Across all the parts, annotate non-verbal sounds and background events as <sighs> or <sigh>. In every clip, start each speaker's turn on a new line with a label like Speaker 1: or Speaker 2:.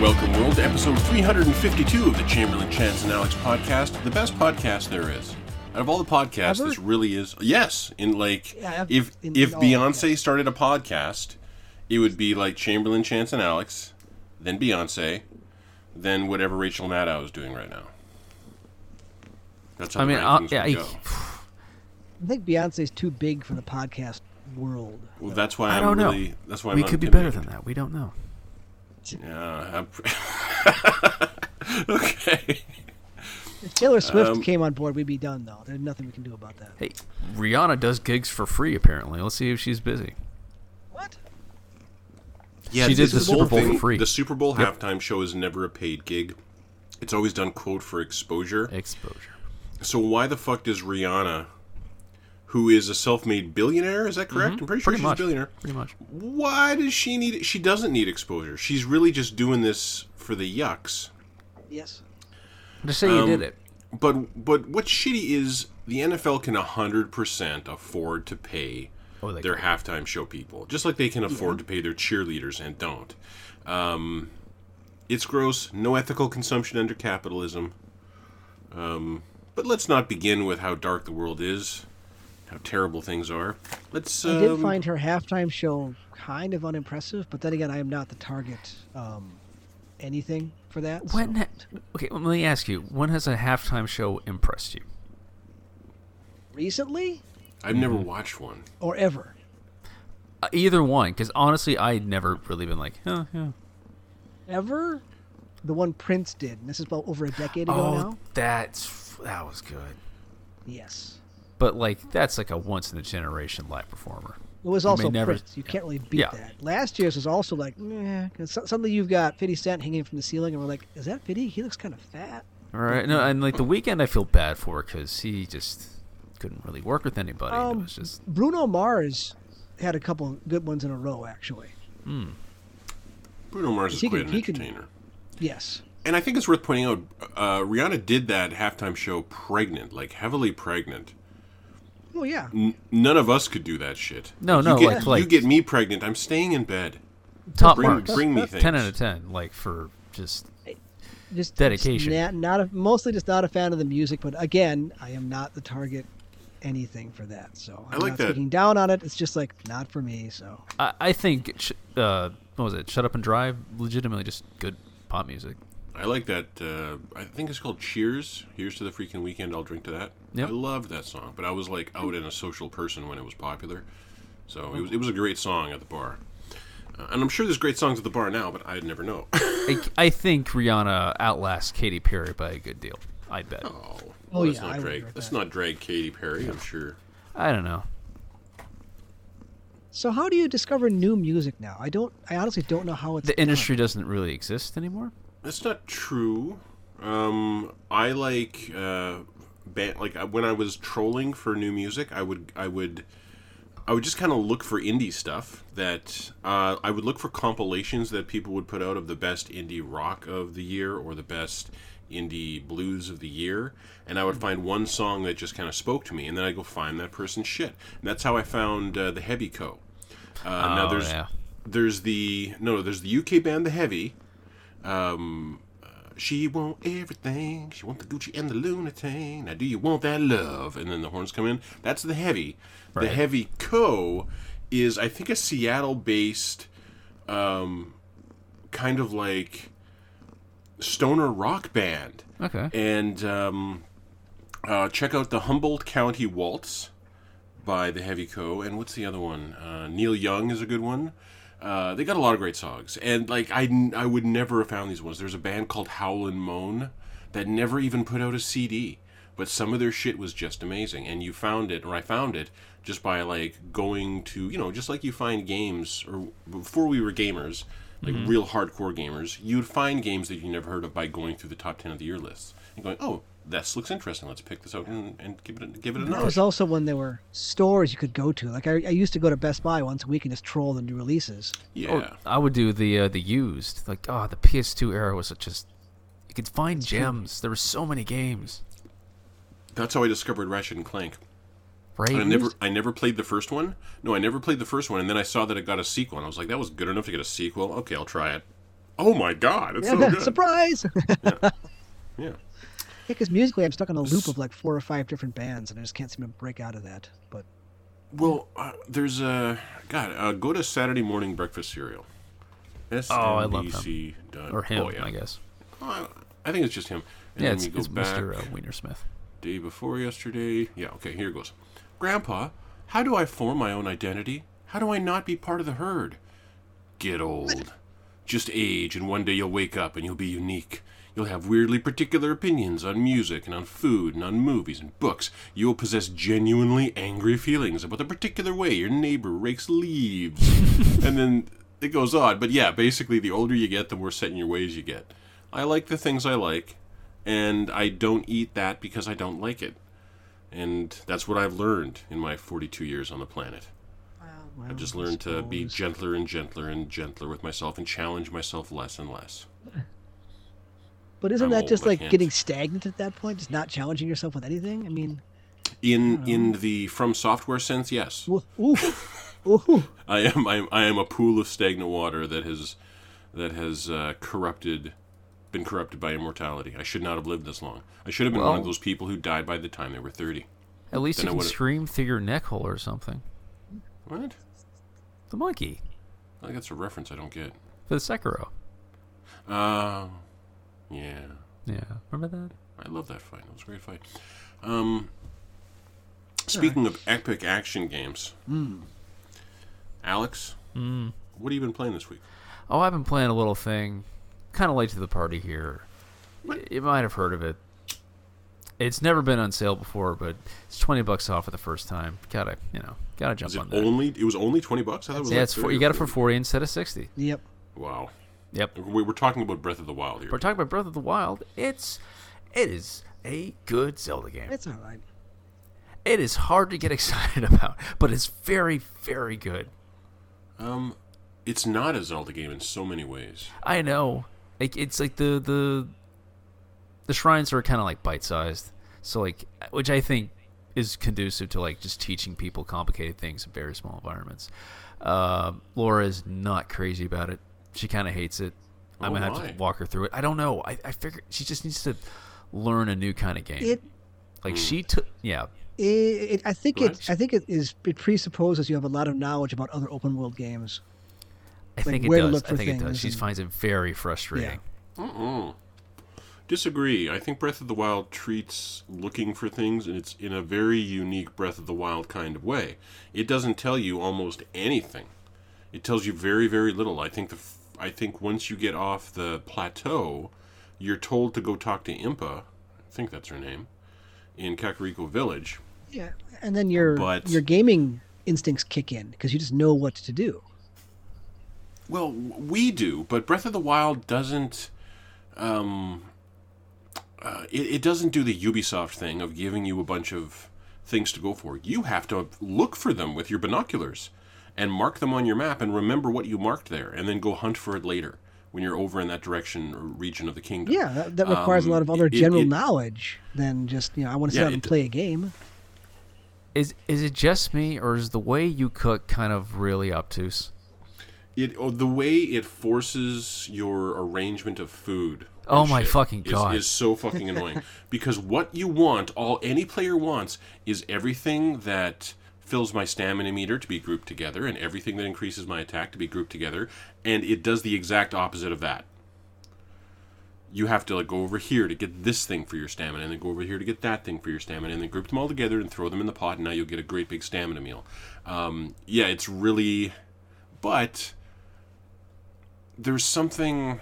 Speaker 1: Welcome, world, to episode 352 of the Chamberlain, Chance, and Alex podcast, the best podcast there is. Out of all the podcasts,
Speaker 2: Ever?
Speaker 1: this really is. Yes, in like,
Speaker 2: Yeah, I've-
Speaker 1: if
Speaker 2: in-
Speaker 1: if
Speaker 2: in all-
Speaker 1: Beyonce started a podcast, it would be like Chamberlain, Chance, and Alex, then Beyonce, then whatever Rachel Maddow is doing right now. That's how
Speaker 3: I
Speaker 1: the
Speaker 3: mean, uh,
Speaker 1: rankings
Speaker 3: yeah,
Speaker 1: would
Speaker 3: I,
Speaker 1: go.
Speaker 2: I think Beyonce's too big for the podcast world.
Speaker 1: Well, that's why
Speaker 3: I
Speaker 1: I'm
Speaker 3: don't know.
Speaker 1: really. That's why
Speaker 3: we
Speaker 1: I'm
Speaker 3: could be
Speaker 1: intimidated.
Speaker 3: better than that. We don't know.
Speaker 1: Yeah. I'm- <laughs> okay.
Speaker 2: If Taylor Swift
Speaker 1: Um,
Speaker 2: came on board, we'd be done though. There's nothing we can do about that.
Speaker 3: Hey, Rihanna does gigs for free apparently. Let's see if she's busy.
Speaker 2: What?
Speaker 1: Yeah,
Speaker 3: She did
Speaker 1: this
Speaker 3: the
Speaker 1: is
Speaker 3: Super
Speaker 1: whole
Speaker 3: Bowl for
Speaker 1: thing-
Speaker 3: free.
Speaker 1: The Super Bowl halftime show is never a paid gig. It's always done quote for
Speaker 3: Eh.
Speaker 1: exposure.
Speaker 3: Exposure.
Speaker 1: So why the fuck does Rihanna, who is a self-made billionaire, is that correct? I'm pretty sure
Speaker 3: Mm-hmm. Pretty
Speaker 1: she's
Speaker 3: much.
Speaker 1: a billionaire.
Speaker 3: Pretty much.
Speaker 1: Why does she need? She doesn't need exposure. She's really just doing this for the yucks.
Speaker 2: Yes.
Speaker 3: Just say you did it.
Speaker 1: But but what's shitty is the NFL can hundred percent afford to pay
Speaker 3: Oh, they
Speaker 1: their halftime show people, just like they can afford to pay their cheerleaders and don't. Um, it's gross. No ethical consumption under capitalism. Um, but let's not begin with how dark the world is, how terrible things are. Let's. Um,
Speaker 2: I did find her halftime show kind of unimpressive, but then again, I am not the target um, anything for that. so-
Speaker 3: When? Ha- okay, let me ask you. When has a halftime show impressed you?
Speaker 2: recently
Speaker 1: I've never
Speaker 2: Mm-hmm.
Speaker 1: watched one.
Speaker 2: or ever?
Speaker 3: Uh, either one, because honestly, I'd never really been like, huh, yeah.
Speaker 2: Ever? The one Prince did, and this is about over a decade ago
Speaker 3: Oh,
Speaker 2: now.
Speaker 3: that's that was good.
Speaker 2: Yes.
Speaker 3: But like, that's like a once in a generation live performer.
Speaker 2: It was also
Speaker 3: never-
Speaker 2: Prince. You can't really beat
Speaker 3: Yeah.
Speaker 2: that. Last year's was also like, meh, 'cause su- suddenly you've got 50 Cent hanging from the ceiling, and we're like, is that 50? He looks kind of fat.
Speaker 3: All right, no, and like the weekend, I feel bad for because he just couldn't really work with anybody. and
Speaker 2: Um,
Speaker 3: it was just
Speaker 2: Bruno Mars had a couple good ones in a row, actually.
Speaker 1: Bruno Mars is
Speaker 2: He
Speaker 1: quite
Speaker 2: could-
Speaker 1: an
Speaker 2: he could-
Speaker 1: entertainer.
Speaker 2: Yes.
Speaker 1: And I think it's worth pointing out, uh, Rihanna did that halftime show pregnant, like heavily pregnant.
Speaker 2: Oh, yeah.
Speaker 1: N- none of us could do that shit.
Speaker 3: No,
Speaker 1: you
Speaker 3: no,
Speaker 1: get,
Speaker 3: like- like-
Speaker 1: you get me pregnant. I'm staying in bed.
Speaker 3: top
Speaker 1: Bring,
Speaker 3: marks.
Speaker 1: bring me things.
Speaker 3: ten out of ten, like for just
Speaker 2: Just
Speaker 3: Dedication.
Speaker 2: Just na- not a, mostly just not a fan of the music, but again, I am not the target anything for that. So I'm
Speaker 1: like
Speaker 2: not
Speaker 1: that.
Speaker 2: speaking down on it. It's just like not for me. So
Speaker 3: I, I think it sh- uh, what was it? Shut up and drive. Legitimately, just good pop music.
Speaker 1: I like that. Uh, I think it's called Cheers. Here's to the freaking weekend. I'll drink to that.
Speaker 3: Yep.
Speaker 1: I loved that song, but I was like out and a social person when it was popular, so
Speaker 2: Oh.
Speaker 1: it was it was a great song at the bar. Uh, and I'm sure there's great songs at the bar now, but I'd never know.
Speaker 3: I, I think Rihanna outlasts Katy Perry by a good deal. I bet.
Speaker 1: oh,
Speaker 2: <laughs> Oh,
Speaker 1: let's
Speaker 2: yeah, I
Speaker 1: not
Speaker 2: would
Speaker 1: drag.
Speaker 2: agree with
Speaker 1: Let's
Speaker 2: that.
Speaker 1: not drag Katy Perry. I'm sure.
Speaker 3: I don't know.
Speaker 2: so how do you discover new music now? I don't. I honestly don't know how it's
Speaker 3: The
Speaker 2: done.
Speaker 3: industry doesn't really exist anymore.
Speaker 1: That's not true. Um, I like uh, band, like uh, when I was trolling for new music, I would I would I would just kind of look for indie stuff that uh, I would look for compilations that people would put out of the best indie rock of the year or the best indie blues of the year, and I would
Speaker 3: Hmm.
Speaker 1: find one song that just kind of spoke to me, and then I go find that person's shit. And that's how I found uh, the Heavy Co. Uh, now
Speaker 3: Oh,
Speaker 1: there's
Speaker 3: yeah.
Speaker 1: there's the no there's the UK band the Heavy. Um, uh, she want everything. She want the Gucci and the Lunatane. Now, do you want that love? And then the horns come in. That's the heavy. The
Speaker 3: Right.
Speaker 1: heavy co is I think a Seattle-based, um, kind of like stoner rock band.
Speaker 3: Okay.
Speaker 1: And um, uh, check out the Humboldt County Waltz by the Heavy Co. And what's the other one? Uh, Neil Young is a good one. Uh, they got a lot of great songs, and like I, n- I would never have found these ones. There's a band called Howl and Moan that never even put out a CD, but some of their shit was just amazing, and you found it, or I found it, just by like going to you know just like you find games, or before we were gamers, like
Speaker 2: Mm-hmm.
Speaker 1: real hardcore gamers, you'd find games that you never heard of by going through the top ten of the year lists and going, oh, this looks interesting. Let's pick this out and, and give it a, give it a
Speaker 2: That
Speaker 1: nod.
Speaker 2: was also when there were stores you could go to. Like I, I used to go to Best Buy once a week and just troll the new releases.
Speaker 1: Yeah.
Speaker 2: oh,
Speaker 3: Or I would do the uh, the used. Like, oh, the PS2 era was just. You could find gems. There were so many games.
Speaker 1: That's how I discovered Ratchet and Clank.
Speaker 3: Right.
Speaker 1: I never, I never played the first one. No, I never played the first one, and then I saw that it got a sequel, and I was like, that was good enough to get a sequel. Okay, I'll try it. Oh my god,
Speaker 2: <laughs>
Speaker 1: it's
Speaker 3: <laughs>
Speaker 1: so good.
Speaker 2: Surprise! yeah, <laughs>
Speaker 1: Yeah.
Speaker 2: because musically, I'm stuck on a loop of like four or five different bands, and I just can't seem to break out of that. But
Speaker 1: Well, uh, there's a god. Uh, go to Saturday morning breakfast cereal. S
Speaker 3: Oh, I love him.
Speaker 1: SNBC dot-
Speaker 3: Or him,
Speaker 1: Oh, yeah.
Speaker 3: I guess.
Speaker 1: Uh, I think it's just him. And
Speaker 3: yeah,
Speaker 1: then
Speaker 3: it's,
Speaker 1: we go
Speaker 3: it's
Speaker 1: back
Speaker 3: Mr. Uh, Wienersmith.
Speaker 1: day before yesterday. Yeah, okay, here goes. Grandpa, how do I form my own identity? How do I not be part of the herd? Get old. Just age, and one day you'll wake up and you'll be unique. You'll have weirdly particular opinions on music and on food and on movies and books. You will possess genuinely angry feelings about the particular way your neighbor rakes leaves. and then it goes on. But yeah, basically, the older you get, the more set in your ways you get. I like the things I like, and I don't eat that because I don't like it. And that's what I've learned in my 42 years on the planet.
Speaker 2: well,
Speaker 1: I've just
Speaker 2: I
Speaker 1: learned to be
Speaker 2: suppose-
Speaker 1: gentler and gentler and gentler with myself and challenge myself less and less.
Speaker 2: But isn't
Speaker 1: I'm
Speaker 2: that
Speaker 1: old,
Speaker 2: just
Speaker 1: I
Speaker 2: like
Speaker 1: can't.
Speaker 2: getting stagnant at that point? Just not challenging yourself with anything? I mean,
Speaker 1: In in the from software sense, yes,
Speaker 2: woo- ooh,
Speaker 1: <laughs>
Speaker 2: ooh,
Speaker 1: I am I am, I am a pool of stagnant water that has that has uh, corrupted been corrupted by immortality. I should not have lived this long. I should have been one
Speaker 3: Well-
Speaker 1: of those people who died by the time they were 30.
Speaker 3: At least
Speaker 1: Then
Speaker 3: you
Speaker 1: I
Speaker 3: can
Speaker 1: would've-
Speaker 3: scream through your neck hole or something.
Speaker 1: What?
Speaker 3: The monkey
Speaker 1: I think that's a reference I don't get.
Speaker 3: for the Sekiro.
Speaker 1: Um yeah.
Speaker 3: Yeah, remember that?
Speaker 1: I love that fight. It was a great fight. Um, speaking of epic action games,
Speaker 3: Hmm.
Speaker 1: Alex, what have you been playing this week?
Speaker 3: Oh, I've been playing a little thing, kind of late to the party here. Y- You might have heard of it. It's never been on sale before, but it's twenty bucks off for the first time. Gotta, you know, gotta jump
Speaker 1: Is it
Speaker 3: on that.
Speaker 1: only? It was only twenty bucks. I thought it was.
Speaker 3: Yeah,
Speaker 1: like
Speaker 3: it's four,
Speaker 1: 30
Speaker 3: you
Speaker 1: or
Speaker 3: got it for
Speaker 1: 40.
Speaker 3: forty instead of sixty.
Speaker 2: yep.
Speaker 1: Wow.
Speaker 3: Yep.
Speaker 1: We were talking about Breath of the Wild here.
Speaker 3: We're talking about Breath of the Wild. It's, it is a good Zelda game.
Speaker 2: It's all right.
Speaker 3: It is hard to get <laughs> excited about, but it's very, very good.
Speaker 1: Um, it's not a Zelda game in so many ways.
Speaker 3: I know. Like it's like the the the shrines are kind of like bite sized. So like, which I think is conducive to like just teaching people complicated things in very small environments. Uh, Laura is not crazy about it. She kind of hates it. I'm
Speaker 1: Oh,
Speaker 3: gonna
Speaker 1: why?
Speaker 3: have to walk her through it. I don't know. I I figure she just needs to learn a new kind of game.
Speaker 2: It,
Speaker 3: like she took. Yeah.
Speaker 2: it, it, I think it,
Speaker 1: Right.
Speaker 2: I think it is. It presupposes you have a lot of knowledge about other open world games.
Speaker 3: I think it
Speaker 2: where to
Speaker 3: does.
Speaker 2: look
Speaker 3: I
Speaker 2: for
Speaker 3: think it does.
Speaker 2: things
Speaker 3: She
Speaker 2: and-
Speaker 3: finds it very frustrating.
Speaker 1: Mm-mm. Disagree. I think Breath of the Wild treats looking for things, and it's in a very unique Breath of the Wild kind of way. It doesn't tell you almost anything. It tells you very, very little. I think the, f- I think once you get off the plateau, you're told to go talk to Impa. I think that's her name, in Kakariko Village.
Speaker 2: Yeah, and then your
Speaker 1: But-
Speaker 2: your gaming instincts kick in because you just know what to do.
Speaker 1: Well, w- we do, but Breath of the Wild doesn't. Um, uh, it, it doesn't do the Ubisoft thing of giving you a bunch of things to go for. You have to look for them with your binoculars and mark them on your map and remember what you marked there, and then go hunt for it later when you're over in that direction or region of the kingdom.
Speaker 2: Yeah, that, that requires a lot of
Speaker 1: Um,
Speaker 2: other
Speaker 1: it-
Speaker 2: general
Speaker 1: it-
Speaker 2: knowledge than just you know I want to sit
Speaker 1: Yeah,
Speaker 2: down and
Speaker 1: it-
Speaker 2: play
Speaker 1: <laughs>
Speaker 2: a game.
Speaker 3: Is is it just me, or is the way you cook kind of really obtuse?
Speaker 1: It oh, the way it forces your arrangement of food.
Speaker 3: Oh
Speaker 1: and
Speaker 3: my
Speaker 1: shit
Speaker 3: fucking
Speaker 1: is-
Speaker 3: God.
Speaker 1: Is so fucking
Speaker 3: <laughs>
Speaker 1: annoying because what you want, all any player wants, is everything that fills my stamina meter to be grouped together, and everything that increases my attack to be grouped together, and it does the exact opposite of that. You have to like go over here to get this thing for your stamina, and then go over here to get that thing for your stamina, and then group them all together and throw them in the pot, and now you'll get a great big stamina meal. Um, yeah, it's really, but there's something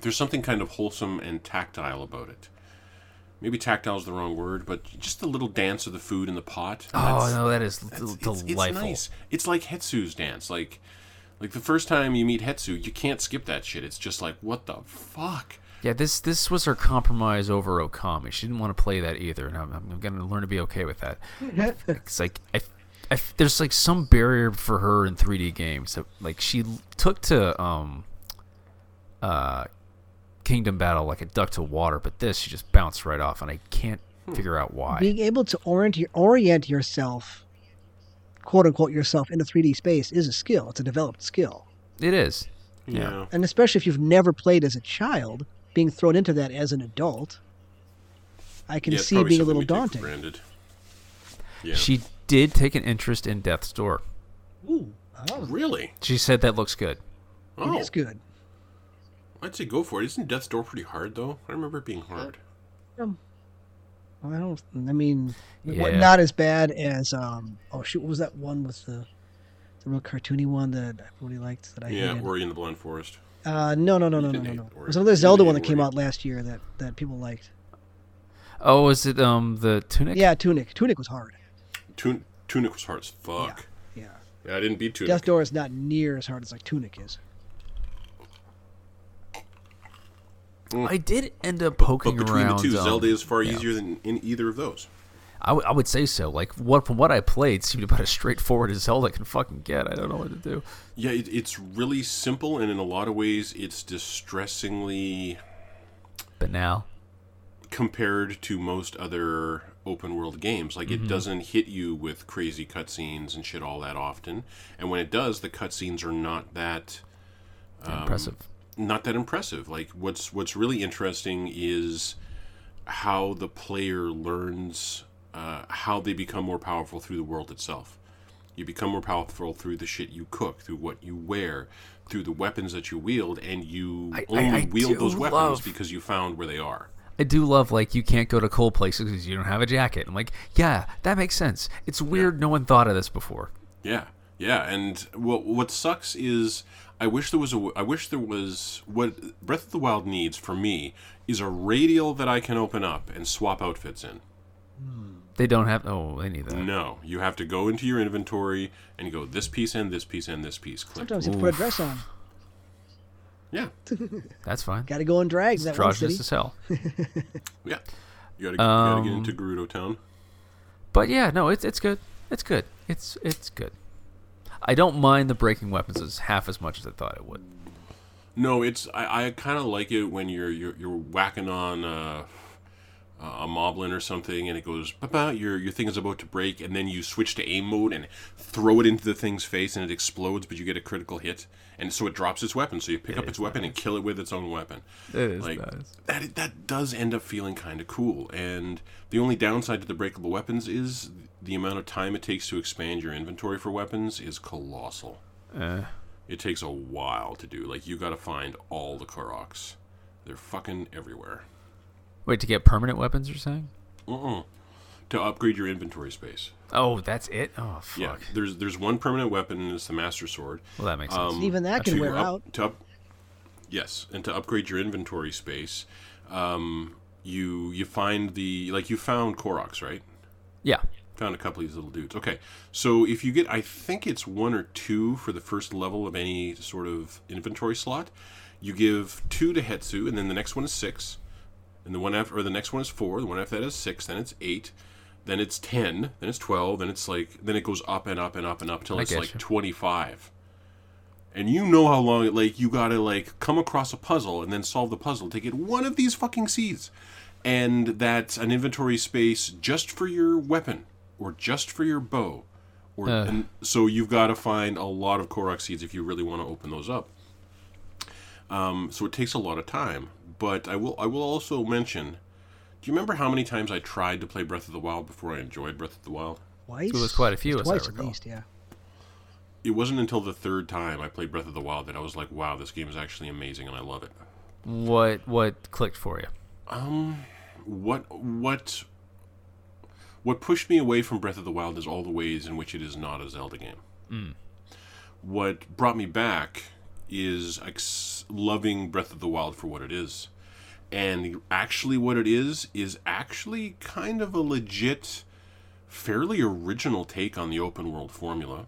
Speaker 1: there's something kind of wholesome and tactile about it. Maybe tactile is the wrong word, but just the little dance of the food in the pot.
Speaker 3: Oh no, that is
Speaker 1: It's-
Speaker 3: del-
Speaker 1: it's-
Speaker 3: delightful.
Speaker 1: It's, nice. It's like Hetsu's dance. Like, like the first time you meet Hetsu, you can't skip that shit. It's just like, what the fuck?
Speaker 3: Yeah, this this was her compromise over Okami. She didn't want to play that either, and I'm, I'm going to learn to be okay with that. It's like I, I, there's like some barrier for her in 3D games. That, like she l- took to um, uh, Kingdom Battle like a duck to water, but this she just bounced right off, and I can't
Speaker 1: Hmm.
Speaker 3: figure out why.
Speaker 2: Being able to orient your, orient yourself, quote unquote yourself, in a 3D space is a skill. It's a developed skill.
Speaker 3: It is. Yeah.
Speaker 2: and especially if you've never played as a child, being thrown into that as an adult, I can
Speaker 1: Yeah, it's
Speaker 2: see
Speaker 1: probably
Speaker 2: being a
Speaker 1: something
Speaker 2: little
Speaker 1: we take for
Speaker 2: daunting.
Speaker 1: granted. Yeah.
Speaker 3: She did take an interest in Death's Door.
Speaker 2: Ooh, oh,
Speaker 1: really?
Speaker 3: She said that looks good.
Speaker 1: Oh,
Speaker 2: it is good.
Speaker 1: I'd say go for it. Isn't Death's Door pretty hard though? I remember it being hard.
Speaker 2: Um, I don't. I mean, what,
Speaker 3: Yeah.
Speaker 2: not as bad as um. Oh shoot, what was that one with the the real cartoony one that I really liked that I
Speaker 1: Yeah,
Speaker 2: hated?
Speaker 1: Ori in the Blind Forest.
Speaker 2: uh, no, no, no, no, no,
Speaker 1: didn't
Speaker 2: no,
Speaker 1: hate
Speaker 2: no.
Speaker 1: Ori.
Speaker 2: It was another
Speaker 1: You
Speaker 2: Zelda
Speaker 1: didn't
Speaker 2: one
Speaker 1: hate
Speaker 2: that came
Speaker 1: Ori.
Speaker 2: out last year that that people liked.
Speaker 3: Oh, is it um the tunic?
Speaker 2: Yeah, Tunic. Tunic was hard.
Speaker 1: Tun- Tunic was hard as fuck.
Speaker 2: Yeah.
Speaker 1: Yeah, I didn't beat Tunic.
Speaker 2: Death Door is not near as hard as like Tunic is.
Speaker 3: I did end up
Speaker 1: but
Speaker 3: poking
Speaker 1: between
Speaker 3: around.
Speaker 1: the two,
Speaker 3: um,
Speaker 1: Zelda is far
Speaker 3: yeah.
Speaker 1: easier than in either of those.
Speaker 3: I, w- I would say so. Like what from what I played seemed about as straightforward as Zelda can fucking get. I don't know what to do.
Speaker 1: Yeah, it, it's really simple, and in a lot of ways, it's distressingly
Speaker 3: But now,
Speaker 1: compared to most other open world games. Like
Speaker 3: Mm-hmm.
Speaker 1: it doesn't hit you with crazy cutscenes and shit all that often. And when it does, the cutscenes are not that Um,
Speaker 3: impressive.
Speaker 1: not that impressive. Like what's what's really interesting is how the player learns uh, how they become more powerful through the world itself. You become more powerful through the shit you cook, through what you wear, through the weapons that you wield, and you
Speaker 3: I- I-
Speaker 1: only
Speaker 3: I
Speaker 1: wield
Speaker 3: do
Speaker 1: those weapons
Speaker 3: love-
Speaker 1: because you found where they are.
Speaker 3: I do love like you can't go to cold places because you don't have a jacket. I'm like, yeah, that makes sense. It's weird. No one thought of this before.
Speaker 1: Yeah, yeah, and what what sucks is I wish there was a w- I wish there was what Breath of the Wild needs for me is a radial that I can open up and swap outfits in.
Speaker 3: They don't have. Oh, they need that.
Speaker 1: No, you have to go into your inventory and you go this piece and this piece and this piece. Click.
Speaker 2: Sometimes you have to put a dress on.
Speaker 1: Yeah,
Speaker 3: That's fine.
Speaker 2: Got to go in drags. That one city.
Speaker 3: Androgynous as hell.
Speaker 1: yeah. You gotta, you gotta get into Gerudo Town.
Speaker 3: But yeah, no, it's it's good. It's good. It's it's good. I don't mind the breaking weapons as half as much as I thought it would.
Speaker 1: No, it's I, I kind of like it when you're you're, you're whacking on uh, a moblin or something, and it goes ba your your thing is about to break, and then you switch to aim mode and throw it into the thing's face, and it explodes, but you get a critical hit, and so it drops its weapon. So you pick up its weapon and kill it with its own weapon.
Speaker 3: It is
Speaker 1: like
Speaker 3: nice.
Speaker 1: that that does end up feeling kind of cool. And the only downside to the breakable weapons is the amount of time it takes to expand your inventory for weapons is colossal
Speaker 3: Eh.
Speaker 1: it takes a while to do. Like you got to find all the Koroks. They're fucking everywhere.
Speaker 3: Wait to get permanent weapons. You're saying?
Speaker 1: Uh-uh. To upgrade your inventory space.
Speaker 3: Oh, that's it. Oh fuck.
Speaker 1: Yeah, there's there's one permanent weapon and it's the Master Sword.
Speaker 3: Well, that makes sense.
Speaker 1: Um,
Speaker 2: Even that
Speaker 1: to
Speaker 2: can wear
Speaker 1: up-
Speaker 2: out.
Speaker 1: to up- yes, and to upgrade your inventory space, um, you you find the like you found Koroks, right?
Speaker 3: Yeah.
Speaker 1: Found a couple of these little dudes. Okay, so if you get, I think it's one or two for the first level of any sort of inventory slot. You give two to Hetsu, and then the next one is six, and the one after, or the next one is four. The one after that is six. Then it's eight. Then it's ten. Then it's twelve. Then it's like, then it goes up and up and up until
Speaker 3: I
Speaker 1: it's
Speaker 3: get
Speaker 1: like
Speaker 3: you.
Speaker 1: twenty-five. And you know how long it like you gotta like come across a puzzle and then solve the puzzle to get one of these fucking seeds. And that's an inventory space just for your weapon or just for your bow. Or
Speaker 3: Uh.
Speaker 1: and so you've gotta find a lot of Korok seeds if you really want to open those up. Um, so it takes a lot of time. But I will I will also mention do you remember how many times I tried to play Breath of the Wild before I enjoyed Breath of the Wild?
Speaker 2: Twice.
Speaker 3: was quite a few, as I
Speaker 2: Twice at
Speaker 3: recall.
Speaker 2: least. Yeah.
Speaker 1: It wasn't until the third time I played Breath of the Wild that I was like, wow, this game is actually amazing and I love it.
Speaker 3: What what clicked for you?
Speaker 1: What what what pushed me away from Breath of the Wild is all the ways in which it is not a Zelda game. What brought me back is ex- loving Breath of the Wild for what it is. And actually what it is is actually kind of a legit fairly original take on the open world formula.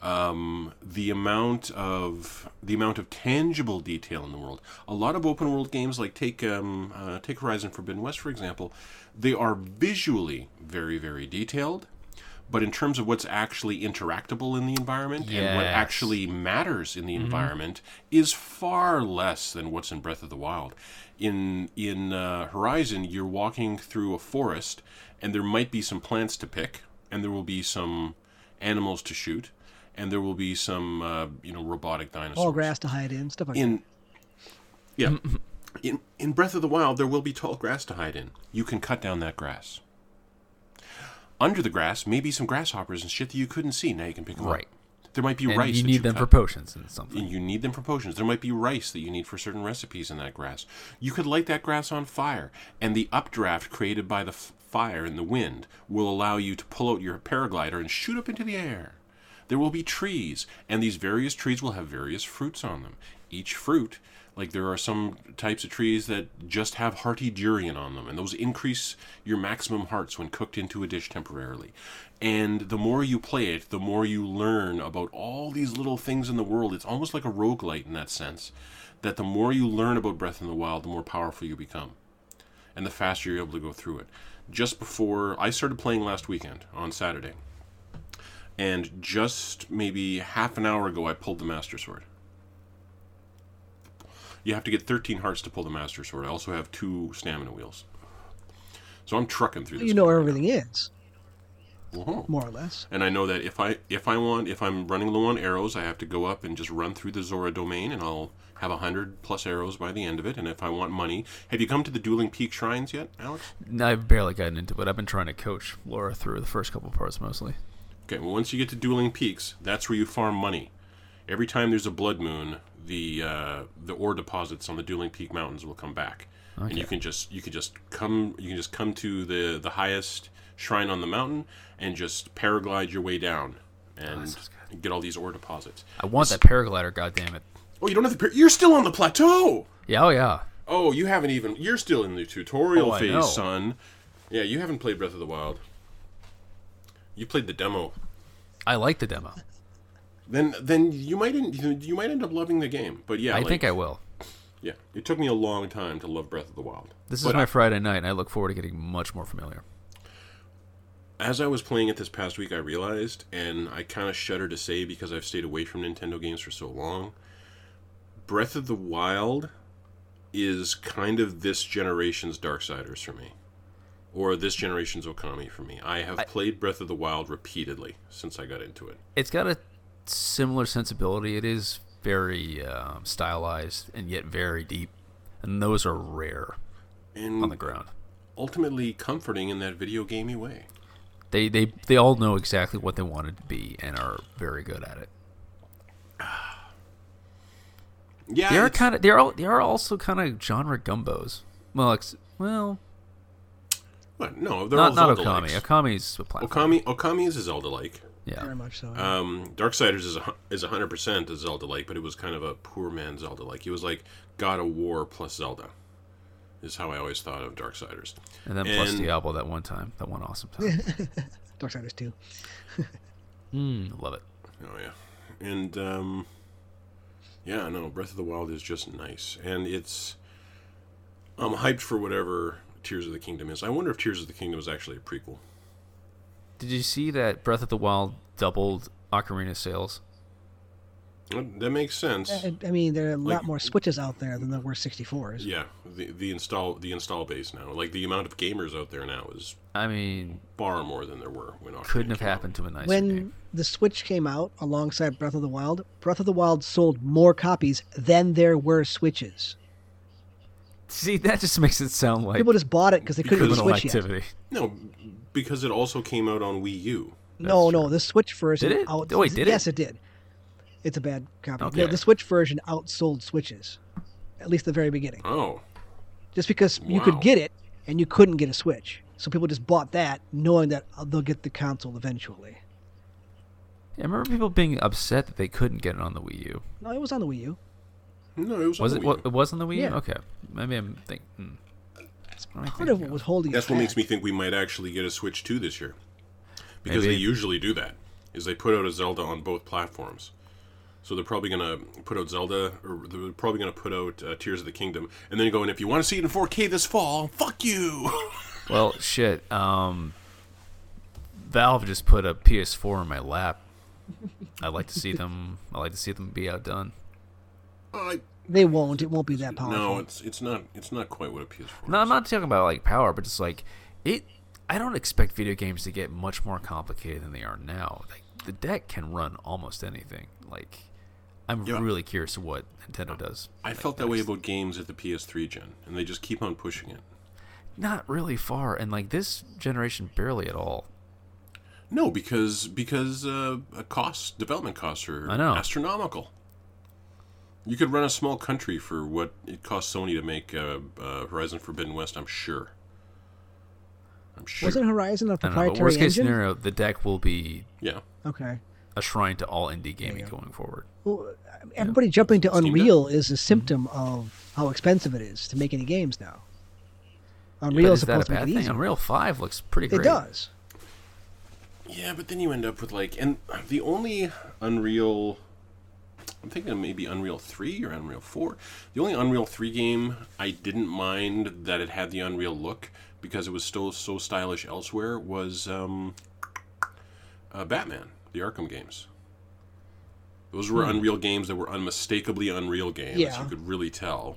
Speaker 1: Um, the amount of the amount of tangible detail in the world. A lot of open world games, like take um, uh, take Horizon Forbidden West for example, they are visually very very detailed, but in terms of what's actually interactable in the environment and what
Speaker 3: Yes.
Speaker 1: actually matters in the
Speaker 3: Mm-hmm.
Speaker 1: environment is far less than what's in Breath of the Wild. In in uh, Horizon, you're walking through a forest, and there might be some plants to pick, and there will be some animals to shoot and there will be some uh, you know robotic dinosaurs.
Speaker 2: Tall grass to hide in, stuff like
Speaker 1: in yeah
Speaker 3: Mm-hmm.
Speaker 1: in in breath of the wild there will be tall grass to hide in you can cut down that grass under the grass maybe some grasshoppers and shit that you couldn't see now you can pick them
Speaker 3: Right.
Speaker 1: up there might be
Speaker 3: And
Speaker 1: rice
Speaker 3: you
Speaker 1: that
Speaker 3: need them
Speaker 1: cut-
Speaker 3: for potions and something.
Speaker 1: and you need them for potions there might be rice that you need for certain recipes in that grass you could light that grass on fire and the updraft created by the f- fire and the wind will allow you to pull out your paraglider and shoot up into the air there will be trees and these various trees will have various fruits on them each fruit like there are some types of trees that just have hearty durian on them and those increase your maximum hearts when cooked into a dish temporarily and the more you play it the more you learn about all these little things in the world it's almost like a roguelite in that sense that the more you learn about breath in the wild the more powerful you become and the faster you're able to go through it just before i started playing last weekend on saturday and just maybe half an hour ago I pulled the Master Sword. You have to get 13 hearts to pull the Master Sword. I also have two stamina wheels. So I'm trucking through
Speaker 2: that.
Speaker 1: this.
Speaker 2: You know
Speaker 1: game
Speaker 2: where
Speaker 1: right
Speaker 2: everything is,
Speaker 1: now. Uh-huh.
Speaker 2: more or less.
Speaker 1: And I know that if I if I want if I'm running low on arrows, I have to go up and just run through the Zora domain and I'll have 100 plus arrows by the end of it. And if I want money, have you come to the Dueling Peak shrines yet, Alex?
Speaker 3: No, I've barely gotten into it. I've been trying to coach Laura through the first couple parts mostly.
Speaker 1: Okay, well, once you get to Dueling Peaks, that's where you farm money. Every time there's a blood moon, the uh, the ore deposits on the Dueling Peak mountains will come back, and you can just you can just come you can just come to the the highest shrine on the mountain and just paraglide your way down
Speaker 3: Oh,
Speaker 1: and get all these ore deposits.
Speaker 3: I want that paraglider, goddammit.
Speaker 1: Oh, you don't have the par- you're still on the plateau.
Speaker 3: Yeah, oh yeah.
Speaker 1: Oh, you haven't even you're still in the tutorial
Speaker 3: Oh, I know.
Speaker 1: phase, son. Yeah, you haven't played Breath of the Wild. You played the demo.
Speaker 3: I like the demo.
Speaker 1: then then you might end, you might end up loving the game. But yeah,
Speaker 3: I
Speaker 1: like-
Speaker 3: think I will.
Speaker 1: yeah. It took me a long time to love Breath of the Wild.
Speaker 3: This is
Speaker 1: But
Speaker 3: my Friday night, and I look forward to getting much more familiar.
Speaker 1: As I was playing it this past week, I realized, and I kind of shudder to say because I've stayed away from Nintendo games for so long, Breath of the Wild is kind of this generation's Darksiders for me. Or this generation's Okami for me. I have played Breath of the Wild repeatedly since I got into it.
Speaker 3: It's got a similar sensibility. It is very um, stylized and yet very deep, and those are rare
Speaker 1: And
Speaker 3: on the ground.
Speaker 1: ultimately comforting in that video gamey way.
Speaker 3: They they they all know exactly what they want it to be and are very good at it.
Speaker 1: Yeah,
Speaker 3: They are
Speaker 1: it's-
Speaker 3: kind of they are al- they are also kind of genre gumbos. Well, ex- well,
Speaker 1: What? No, they're
Speaker 3: not
Speaker 1: all
Speaker 3: not
Speaker 1: Zelda-likes.
Speaker 3: Okami. Okami's a platform.
Speaker 1: Okami Okami is a Zelda like.
Speaker 3: Yeah.
Speaker 2: Very much so.
Speaker 1: Um, Darksiders is a, hu- is hundred percent a Zelda like, but it was kind of a poor man Zelda like. He was like God of War plus Zelda, is how I always thought of Darksiders.
Speaker 3: And then plus
Speaker 1: And-
Speaker 3: Diablo that one time, that one awesome
Speaker 2: <laughs>
Speaker 3: time.
Speaker 2: Darksiders 2.
Speaker 3: mm, love it.
Speaker 1: Oh yeah, and um, yeah, no, Breath of the Wild is just nice, and it's I'm hyped for whatever Tears of the Kingdom is. I wonder if Tears of the Kingdom is actually a prequel.
Speaker 3: Did you see that Breath of the Wild doubled Ocarina sales?
Speaker 1: That that makes sense.
Speaker 2: I, I mean, there are a
Speaker 1: Like-
Speaker 2: lot more Switches out there than there were 64s.
Speaker 1: Yeah, the the install the install base now, like the amount of gamers out there now is
Speaker 3: I mean,
Speaker 1: far more than there were when Ocarina
Speaker 3: couldn't have
Speaker 1: came out.
Speaker 3: happened to a nicer
Speaker 2: when
Speaker 3: game.
Speaker 2: the Switch came out alongside Breath of the Wild, Breath of the Wild sold more copies than there were Switches.
Speaker 3: See, that just <laughs> makes it sound like
Speaker 2: People just bought it because they couldn't get
Speaker 1: Because-
Speaker 3: criminal
Speaker 2: Switch yet.
Speaker 3: activity.
Speaker 1: No, because it also came out on Wii U.
Speaker 2: No,
Speaker 3: That's
Speaker 2: no, the Switch version
Speaker 3: Did it?
Speaker 2: out.
Speaker 3: Oh, wait, did it?
Speaker 2: yes, it? did. It's a bad copy. No,
Speaker 3: Okay.
Speaker 2: the Switch version outsold Switches, at least the very beginning.
Speaker 1: Oh,
Speaker 2: Just because you
Speaker 1: Wow.
Speaker 2: could get it and you couldn't get a Switch, so people just bought that, knowing that they'll get the console eventually.
Speaker 3: I remember people being upset that they couldn't get it on the Wii U.
Speaker 2: No, it was on the Wii U.
Speaker 1: no, it was,
Speaker 3: Was
Speaker 1: on
Speaker 3: it?
Speaker 1: the Wii
Speaker 3: What,
Speaker 1: U.
Speaker 3: it was on the Wii. U?
Speaker 2: Yeah.
Speaker 3: Okay. Maybe I'm thinking. Hmm. That's what I'm
Speaker 2: Part of
Speaker 3: thinking
Speaker 2: what
Speaker 3: of.
Speaker 2: was holding.
Speaker 1: That's
Speaker 2: us
Speaker 1: what
Speaker 2: back.
Speaker 1: makes me think we might actually get a Switch 2 this year, because
Speaker 3: Maybe.
Speaker 1: they usually do that. Is they put out a Zelda on both platforms, so they're probably gonna put out Zelda, or they're probably gonna put out uh, Tears of the Kingdom, and then go and if you want to see it in 4K this fall, fuck you. <laughs>
Speaker 3: Well, shit. Um, Valve just put a PS4 in
Speaker 1: <laughs>
Speaker 3: my lap. I like to see them. I like to see them be outdone.
Speaker 1: I,
Speaker 2: They won't. It won't be that powerful.
Speaker 1: no, it's it's not it's not quite what a PS4.
Speaker 3: No,
Speaker 1: is.
Speaker 3: I'm not talking about like power, but just like it. I don't expect video games to get much more complicated than they are now. Like the deck can run almost anything. Like, I'm
Speaker 1: Yeah.
Speaker 3: really curious what Nintendo does.
Speaker 1: I
Speaker 3: like,
Speaker 1: felt that way
Speaker 3: next.
Speaker 1: about games at the PS3 gen, and they just keep on pushing it.
Speaker 3: Not really far, and like this generation, barely at all.
Speaker 1: No, because because uh, uh, costs development costs are
Speaker 3: I know.
Speaker 1: astronomical. You could run a small country for what it cost Sony to make uh, uh, Horizon Forbidden West. I'm sure. I'm sure.
Speaker 2: Wasn't Horizon a
Speaker 3: I don't know.
Speaker 2: proprietary
Speaker 3: But worst
Speaker 2: engine?
Speaker 3: case scenario, the deck will be
Speaker 1: Yeah.
Speaker 2: Okay.
Speaker 3: a shrine to all indie gaming going forward.
Speaker 2: Well, everybody jumping to
Speaker 1: Steam Deck? Mm-hmm.
Speaker 2: Unreal is a symptom of how expensive it is to make any games now. Unreal
Speaker 3: But
Speaker 2: is
Speaker 3: is that
Speaker 2: supposed
Speaker 3: a
Speaker 2: to make
Speaker 3: bad
Speaker 2: it
Speaker 3: thing?
Speaker 2: easy.
Speaker 3: Unreal Five looks pretty
Speaker 2: It
Speaker 3: great.
Speaker 2: does.
Speaker 1: Yeah, but then you end up with like, and the only Unreal, I'm thinking maybe Unreal Three or Unreal Four. The only Unreal Three game I didn't mind that it had the Unreal look because it was still so stylish elsewhere was um, uh, Batman, the Arkham games. Those were Unreal games that were unmistakably Unreal games.
Speaker 2: Hmm. Yeah.
Speaker 1: You could really tell.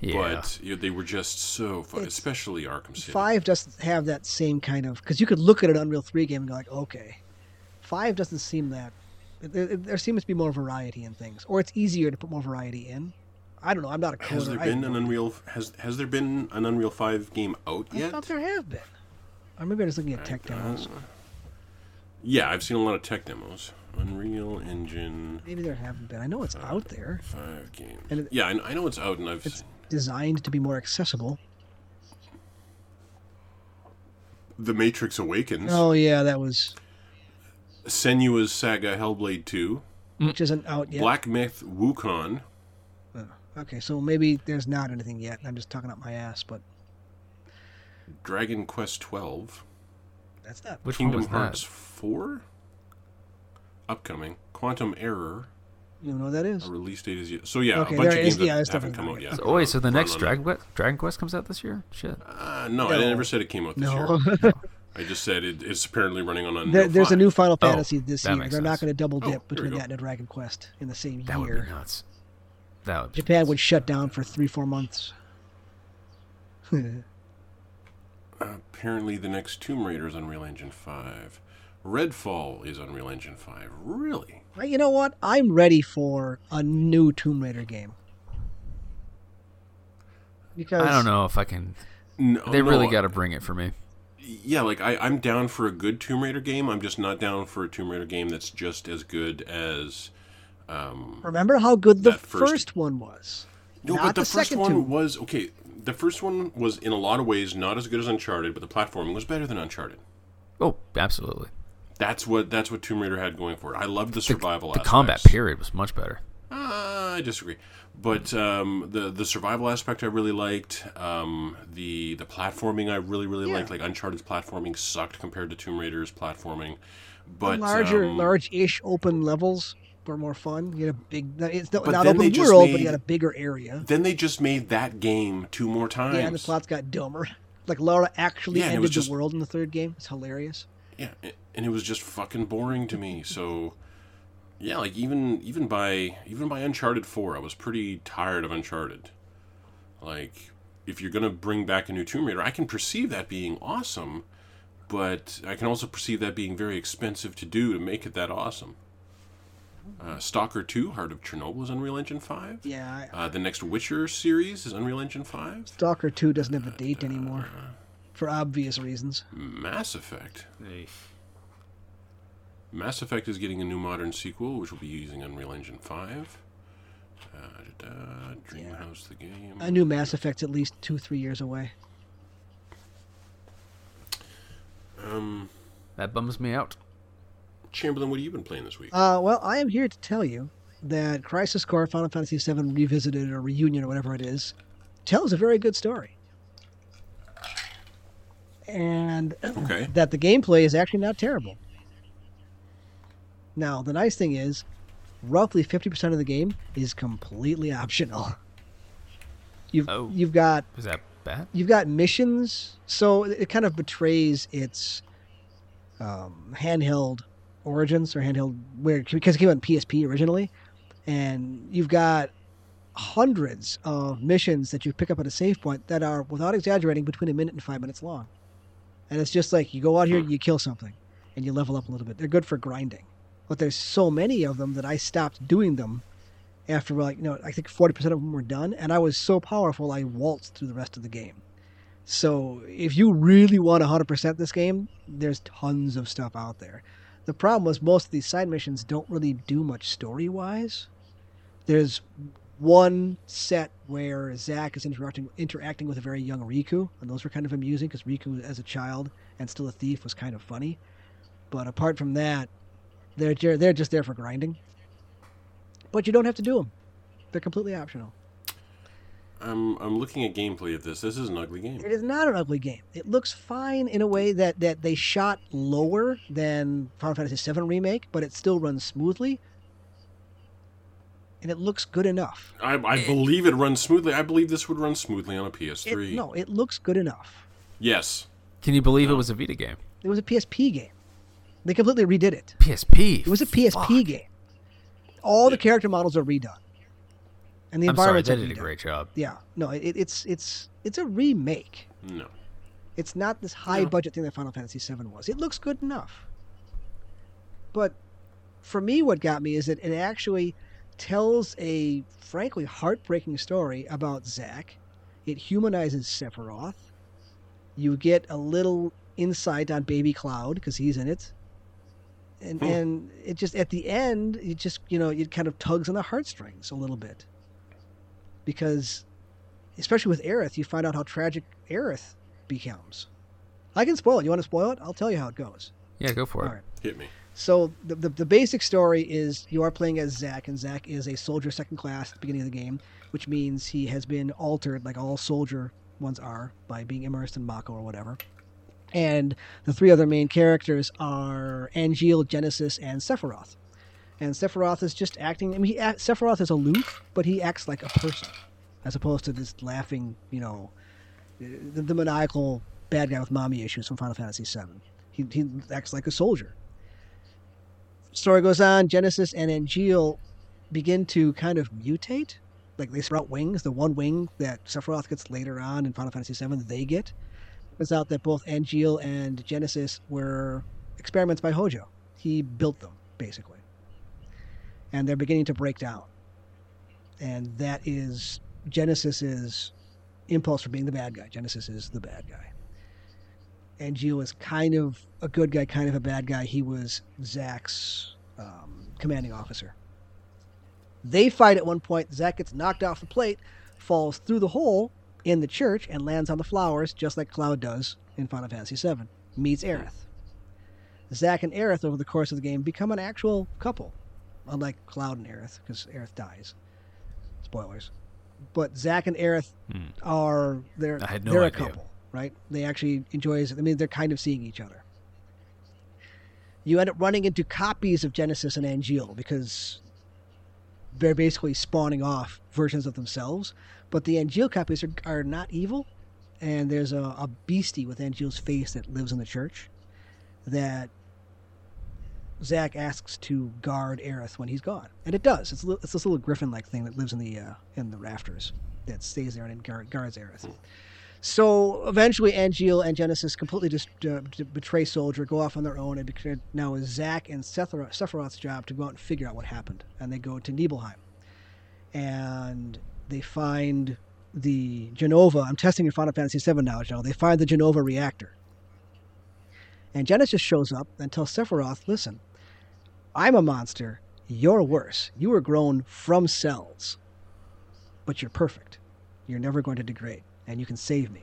Speaker 3: Yeah.
Speaker 1: But you know, they were just so, fu-
Speaker 2: It's-
Speaker 1: especially Arkham City.
Speaker 2: Five doesn't have that same kind of because you could look at an Unreal Three game and go like, okay. Five doesn't seem that. There, there seems to be more variety in things, or it's easier to put more variety in. I don't know. I'm not a coder.
Speaker 1: Has there
Speaker 2: I-
Speaker 1: been an Unreal? Has has there been an Unreal Five game out
Speaker 2: I
Speaker 1: yet?
Speaker 2: thought there have been. Or maybe I'm just looking at tech demos.
Speaker 1: Yeah, I've seen a lot of tech demos. Unreal Engine
Speaker 2: Maybe there haven't been. I know it's
Speaker 3: Uh,
Speaker 2: out there.
Speaker 1: Five game.
Speaker 2: And it-
Speaker 1: yeah, I, I know it's out, and I've
Speaker 2: It's designed to be more accessible.
Speaker 1: The Matrix Awakens,
Speaker 2: Oh yeah, that was
Speaker 1: Senua's Saga, Hellblade Two,
Speaker 2: which isn't out yet.
Speaker 1: Black Myth, Wukong.
Speaker 2: Oh, okay, so maybe there's not anything yet. I'm just talking out my ass, but
Speaker 1: Dragon Quest Twelve,
Speaker 2: that's not.
Speaker 3: Which one
Speaker 1: Kingdom
Speaker 3: was
Speaker 1: Hearts
Speaker 3: that?
Speaker 1: Four, upcoming Quantum Error.
Speaker 2: You know what that
Speaker 1: A
Speaker 2: is?
Speaker 1: release date is yet. So yeah,
Speaker 2: Okay,
Speaker 1: a bunch of
Speaker 2: there
Speaker 1: games
Speaker 2: is- yeah,
Speaker 1: that
Speaker 2: there's
Speaker 1: haven't
Speaker 2: definitely
Speaker 1: come
Speaker 2: not
Speaker 1: out
Speaker 2: yet.
Speaker 1: yet.
Speaker 3: So, oh wait,
Speaker 1: <laughs>
Speaker 3: so the
Speaker 1: Run
Speaker 3: next
Speaker 1: on-
Speaker 3: Dragon Quest, Dragon Quest comes out this year? Shit.
Speaker 1: Uh, no, I
Speaker 2: No.
Speaker 1: never said it came out this
Speaker 2: No,
Speaker 1: year.
Speaker 2: <laughs>
Speaker 1: I just said it, it's apparently running on Unreal
Speaker 2: there, there's a
Speaker 1: 5.
Speaker 2: new Final Fantasy this
Speaker 3: Oh, that
Speaker 2: year. They're
Speaker 3: makes
Speaker 2: not
Speaker 3: sense.
Speaker 2: going to double
Speaker 1: Oh,
Speaker 2: dip
Speaker 1: there we
Speaker 2: between
Speaker 1: go.
Speaker 2: that and a Dragon Quest in the same
Speaker 3: That would be
Speaker 2: year.
Speaker 3: nuts. That would. be
Speaker 2: Japan
Speaker 3: nuts.
Speaker 2: would shut down for three, four months. <laughs>
Speaker 1: Apparently, the next Tomb Raider is Unreal Engine 5. Redfall is Unreal Engine 5. Really?
Speaker 2: Right, You know what? I'm ready for a new Tomb Raider game. Because
Speaker 3: I don't know if I can.
Speaker 1: No, uh,
Speaker 3: They really
Speaker 1: oh, no,
Speaker 3: got to bring it for me.
Speaker 1: Yeah, like I, I'm down for a good Tomb Raider game. I'm just not down for a Tomb Raider game that's just as good as. Um,
Speaker 2: Remember how good the
Speaker 1: That
Speaker 2: first,
Speaker 1: first-
Speaker 2: one was?
Speaker 1: no,
Speaker 2: Not
Speaker 1: but the,
Speaker 2: the
Speaker 1: first
Speaker 2: second
Speaker 1: one
Speaker 2: Tomb.
Speaker 1: was okay. The first one was in a lot of ways not as good as Uncharted, but the platforming was better than Uncharted.
Speaker 3: Oh, absolutely.
Speaker 1: That's what that's what Tomb Raider had going for it. I loved the survival.
Speaker 3: The combat
Speaker 1: aspects.
Speaker 3: period was much better.
Speaker 1: Uh, I disagree, but um, the the survival aspect I really liked. Um, the the platforming I really really liked. Like Uncharted's platforming sucked compared to Tomb Raider's platforming, but
Speaker 2: larger,
Speaker 1: um,
Speaker 2: large-ish open levels were more fun. You had a big, it's not,
Speaker 1: But
Speaker 2: not
Speaker 1: then
Speaker 2: open
Speaker 1: they just
Speaker 2: world, but
Speaker 1: made-
Speaker 2: you had a bigger area.
Speaker 1: Then they just made that game two more times.
Speaker 2: Yeah, and the plots got dumber. Like Laura actually
Speaker 1: Yeah, and it
Speaker 2: ended
Speaker 1: was just-
Speaker 2: the world in the third game. It's hilarious.
Speaker 1: Yeah, a- and it was just fucking boring to me. So, yeah, like even even by even by Uncharted Four, I was pretty tired of Uncharted. Like, if you're gonna bring back a new Tomb Raider, I can perceive that being awesome, but I can also perceive that being very expensive to do to make it that awesome. Uh, Stalker Two: Heart of Chernobyl is Unreal Engine Five.
Speaker 2: Yeah, I-
Speaker 1: Uh, the next Witcher series is Unreal Engine Five.
Speaker 2: Stalker Two doesn't have a date anymore, for obvious reasons.
Speaker 1: Mass Effect. Mass Effect is getting a new modern sequel, which will be using Unreal Engine 5. Uh, da, da, Dreamhouse, the game.
Speaker 2: I knew Mass Effect's at least two, three years away.
Speaker 1: Um,
Speaker 3: That bums me out.
Speaker 1: Chamberlain, what have you been playing this week?
Speaker 2: Uh, well, I am here to tell you that Crisis Core Final Fantasy VII Revisited or Reunion or whatever it is tells a very good story. And
Speaker 1: okay.
Speaker 2: that the gameplay is actually not terrible. Now, the nice thing is, roughly 50% of the game is completely optional. You've,
Speaker 3: Oh.
Speaker 2: you've got
Speaker 3: Is that bad?
Speaker 2: you've got missions, so it it kind of betrays its um, handheld origins or handheld where because it came out on PSP originally, and you've got hundreds of missions that you pick up at a save point that are, without exaggerating, between a minute and five minutes long, and it's just like you go out here, you kill something, and you level up a little bit. They're good for grinding. but there's so many of them that I stopped doing them after like you know I think 40% of them were done, and I was so powerful I waltzed through the rest of the game. So if you really want 100% this game, there's tons of stuff out there. The problem was most of these side missions don't really do much story wise. There's one set where Zack is interacting interacting with a very young Riku, and those were kind of amusing because Riku, as a child and still a thief, was kind of funny. But apart from that, they're ju- they're just there for grinding. But you don't have to do them; they're completely optional.
Speaker 1: I'm I'm looking at gameplay of this. This is an ugly game.
Speaker 2: It is not an ugly game. It looks fine in a way that that they shot lower than Final Fantasy VII remake, but it still runs smoothly, and it looks good enough.
Speaker 1: I, I believe it runs smoothly. I believe this would run smoothly on a PS3.
Speaker 2: It, no, it looks good enough.
Speaker 1: Yes.
Speaker 3: Can you believe it was a Vita game?
Speaker 2: It was a PSP game. They completely redid it.
Speaker 3: PSP.
Speaker 2: It was a PSP game. All the character models are redone, and the
Speaker 3: I'm sorry,
Speaker 2: environments
Speaker 3: they
Speaker 2: are
Speaker 3: did a
Speaker 2: redone.
Speaker 3: great job.
Speaker 2: Yeah, no, it, it's it's it's a remake.
Speaker 1: No.
Speaker 2: It's not this high budget thing that Final Fantasy VII was. It looks good enough. But for me, what got me is that it actually tells a frankly heartbreaking story about Zack. It humanizes Sephiroth. You get a little insight on Baby Cloud because he's in it. And,
Speaker 1: Hmm.
Speaker 2: and it just at the end it just you know it kind of tugs on the heartstrings a little bit because especially with Aerith you find out how tragic Aerith becomes. I can spoil it. You want to spoil it? I'll tell you how it goes.
Speaker 3: Yeah, go for it.
Speaker 2: All right.
Speaker 1: Hit me.
Speaker 2: So the, the, the basic story is you are playing as Zack, and Zack is a soldier second class at the beginning of the game, which means he has been altered, like all soldier ones are, by being immersed in Mako or whatever. And the three other main characters are Angeal, Genesis, and Sephiroth. And Sephiroth is just acting. I mean, he, act- Sephiroth is aloof, but he acts like a person, as opposed to this laughing, you know, the, the maniacal bad guy with mommy issues from Final Fantasy VII. He, he acts like a soldier story goes on, Genesis and Angeal begin to kind of mutate. Like they sprout wings. The one wing that Sephiroth gets later on in Final Fantasy VII, they get. Turns out that both Angeal and Genesis were experiments by Hojo. He built them, basically. And they're beginning to break down. And that is Genesis's impulse for being the bad guy. Genesis is the bad guy. And Gio was kind of a good guy, kind of a bad guy. He was Zack's um, commanding officer. They fight at one point. Zack gets knocked off the plate, falls through the hole in the church, and lands on the flowers, just like Cloud does in Final Fantasy VII. Meets Aerith. Zack and Aerith, over the course of the game, become an actual couple, unlike Cloud and Aerith, because Aerith dies. Spoilers. But Zack and Aerith
Speaker 3: Hmm.
Speaker 2: are they're
Speaker 3: I had no
Speaker 2: they're a
Speaker 3: idea.
Speaker 2: couple, right? They actually enjoy. I mean, they're kind of seeing each other. You end up running into copies of Genesis and Angeal because they're basically spawning off versions of themselves. But the Angeal copies are, are not evil, and there's a, a beastie with Angeal's face that lives in the church that Zack asks to guard Aerith when he's gone, and it does. It's, a little, it's this little griffin-like thing that lives in the uh, in the rafters that stays there and guard, guards Aerith. So eventually, Angeal and Genesis completely just uh, d- betray Soldier, go off on their own, and bec- now is Zack and Sephiroth, Sephiroth's job to go out and figure out what happened. And they go to Nibelheim, and they find the Genova. I'm testing your Final Fantasy VII knowledge now. They find the Genova reactor, and Genesis shows up and tells Sephiroth, "Listen, I'm a monster. You're worse. You were grown from cells, but you're perfect. You're never going to degrade, and you can save me.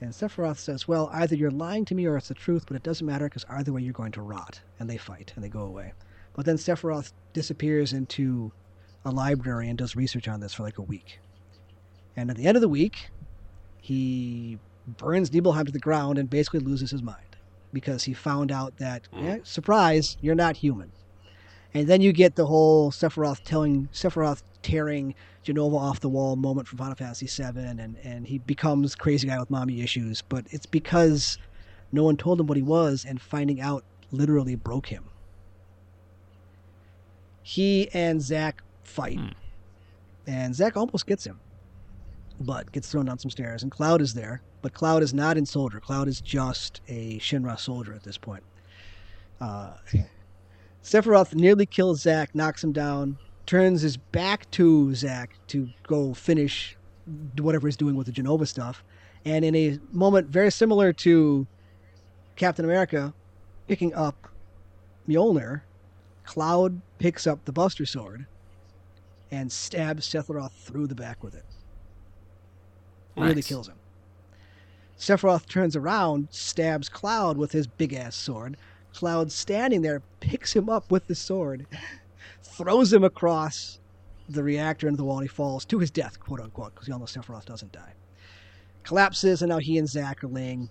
Speaker 2: And Sephiroth says, Well, either you're lying to me or it's the truth, but it doesn't matter because either way you're going to rot. And they fight and they go away. But then Sephiroth disappears into a library and does research on this for like a week. And at the end of the week, he burns Nibelheim to the ground and basically loses his mind because he found out that,
Speaker 1: Mm.
Speaker 2: eh, surprise, you're not human. And then you get the whole Sephiroth telling Sephiroth tearing Genova off the wall moment from Final Fantasy VII, and and he becomes crazy guy with mommy issues. But it's because no one told him what he was, and finding out literally broke him. He and Zack fight,
Speaker 3: Hmm.
Speaker 2: and Zack almost gets him, but gets thrown down some stairs. And Cloud is there, but Cloud is not in Soldier. Cloud is just a Shinra soldier at this point. Uh, Sephiroth nearly kills Zack, knocks him down, turns his back to Zack to go finish whatever he's doing with the Genova stuff. And in a moment very similar to Captain America picking up Mjolnir, Cloud picks up the Buster Sword and stabs Sephiroth through the back with it. Really
Speaker 3: Nice.
Speaker 2: kills him. Sephiroth turns around, stabs Cloud with his big ass sword. Cloud standing there picks him up with the sword, throws him across the reactor into the wall, and he falls to his death, quote unquote, because we all know Sephiroth doesn't die. Collapses, and now he and Zack are laying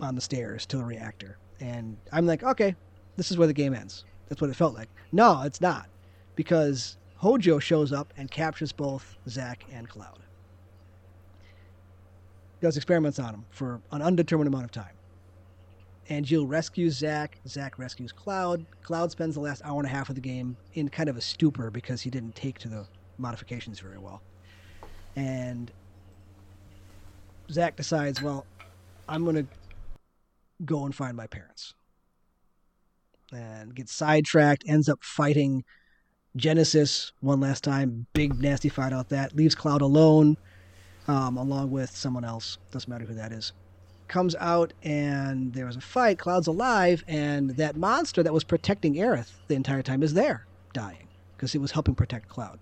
Speaker 2: on the stairs to the reactor. And I'm like, okay, this is where the game ends. That's what it felt like. No, it's not, because Hojo shows up and captures both Zack and Cloud does experiments on him for an undetermined amount of time. And Jill rescues Zack. Zack rescues Cloud. Cloud spends the last hour and a half of the game in kind of a stupor because he didn't take to the modifications very well. And Zack decides, well, I'm going to go and find my parents. And gets sidetracked, ends up fighting Genesis one last time. Big, nasty fight out that. Leaves Cloud alone um, along with someone else. Doesn't matter who that is. Comes out and there was a fight. Cloud's alive, and that monster that was protecting Aerith the entire time is there, dying because it was helping protect Cloud.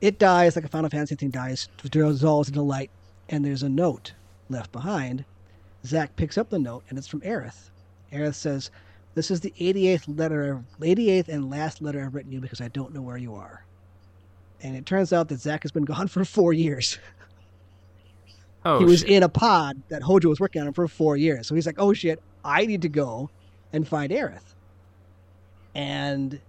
Speaker 2: It dies like a Final Fantasy thing dies, dissolves into light, and there's a note left behind. Zack picks up the note, and it's from Aerith. Aerith says, "This is the 88th letter, 88th and last letter I've written you because I don't know where you are." And it turns out that Zack has been gone <laughs> for four years
Speaker 3: Oh,
Speaker 2: he was
Speaker 3: shit.
Speaker 2: in a pod that Hojo was working on him for four years. So he's like, oh shit, I need to go and find Aerith. And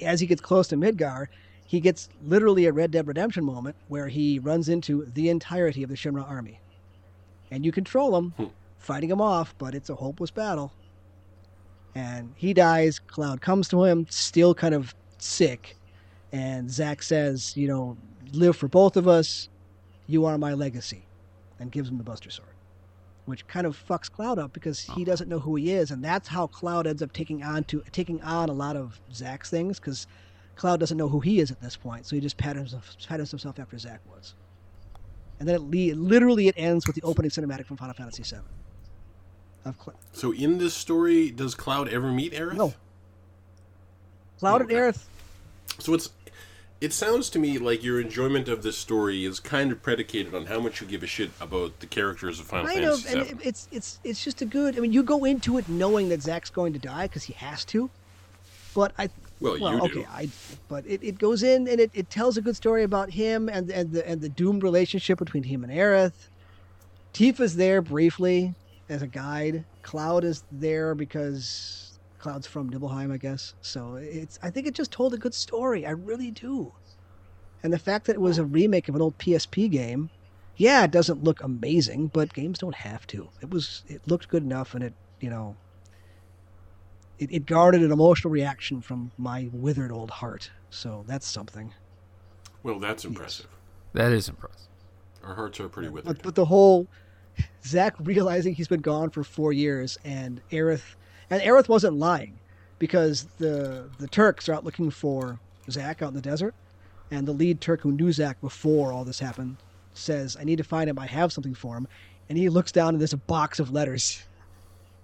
Speaker 2: as he gets close to Midgar, he gets literally a Red Dead Redemption moment where he runs into the entirety of the Shimra army. And you control him,
Speaker 1: Hmm.
Speaker 2: fighting him off, but it's a hopeless battle. And he dies. Cloud comes to him, still kind of sick. And Zack says, you know, live for both of us. You are my legacy and gives him the Buster Sword, which kind of fucks Cloud up because
Speaker 1: Oh.
Speaker 2: he doesn't know who he is, and that's how Cloud ends up taking on to taking on a lot of Zack's things because Cloud doesn't know who he is at this point, so he just patterns himself, patterns himself after Zack was. And then it le- literally it ends with the opening cinematic from Final Fantasy VII. Of Cl-
Speaker 1: So in this story, does Cloud ever meet Aerith?
Speaker 2: No. Cloud
Speaker 1: Okay.
Speaker 2: and Aerith,
Speaker 1: So it's it sounds to me like your enjoyment of this story is kind of predicated on how much you give a shit about the characters of Final
Speaker 2: kind
Speaker 1: Fantasy
Speaker 2: of, and
Speaker 1: VII.
Speaker 2: it, it's it's it's just a good. I mean, you go into it knowing that Zack's going to die because he has to, but I
Speaker 1: well,
Speaker 2: well,
Speaker 1: you do.
Speaker 2: okay, I, but it, it goes in and it, it tells a good story about him and and the and the doomed relationship between him and Aerith. Tifa's there briefly as a guide. Cloud is there because Cloud's from Nibelheim, I guess. So it's I think it just told a good story. I really do. And the fact that it was a remake of an old PSP game, yeah, it doesn't look amazing, but games don't have to. It was it looked good enough and it, you know, it, it garnered an emotional reaction from my withered old heart. So that's something.
Speaker 1: Well, that's impressive.
Speaker 3: that is impressive.
Speaker 1: Our hearts are pretty withered.
Speaker 2: But, but the whole Zach realizing he's been gone for four years, and Aerith, and Aerith wasn't lying, because the the Turks are out looking for Zach out in the desert, and the lead Turk who knew Zach before all this happened says, "I need to find him. I have something for him," and he looks down and there's a box of letters.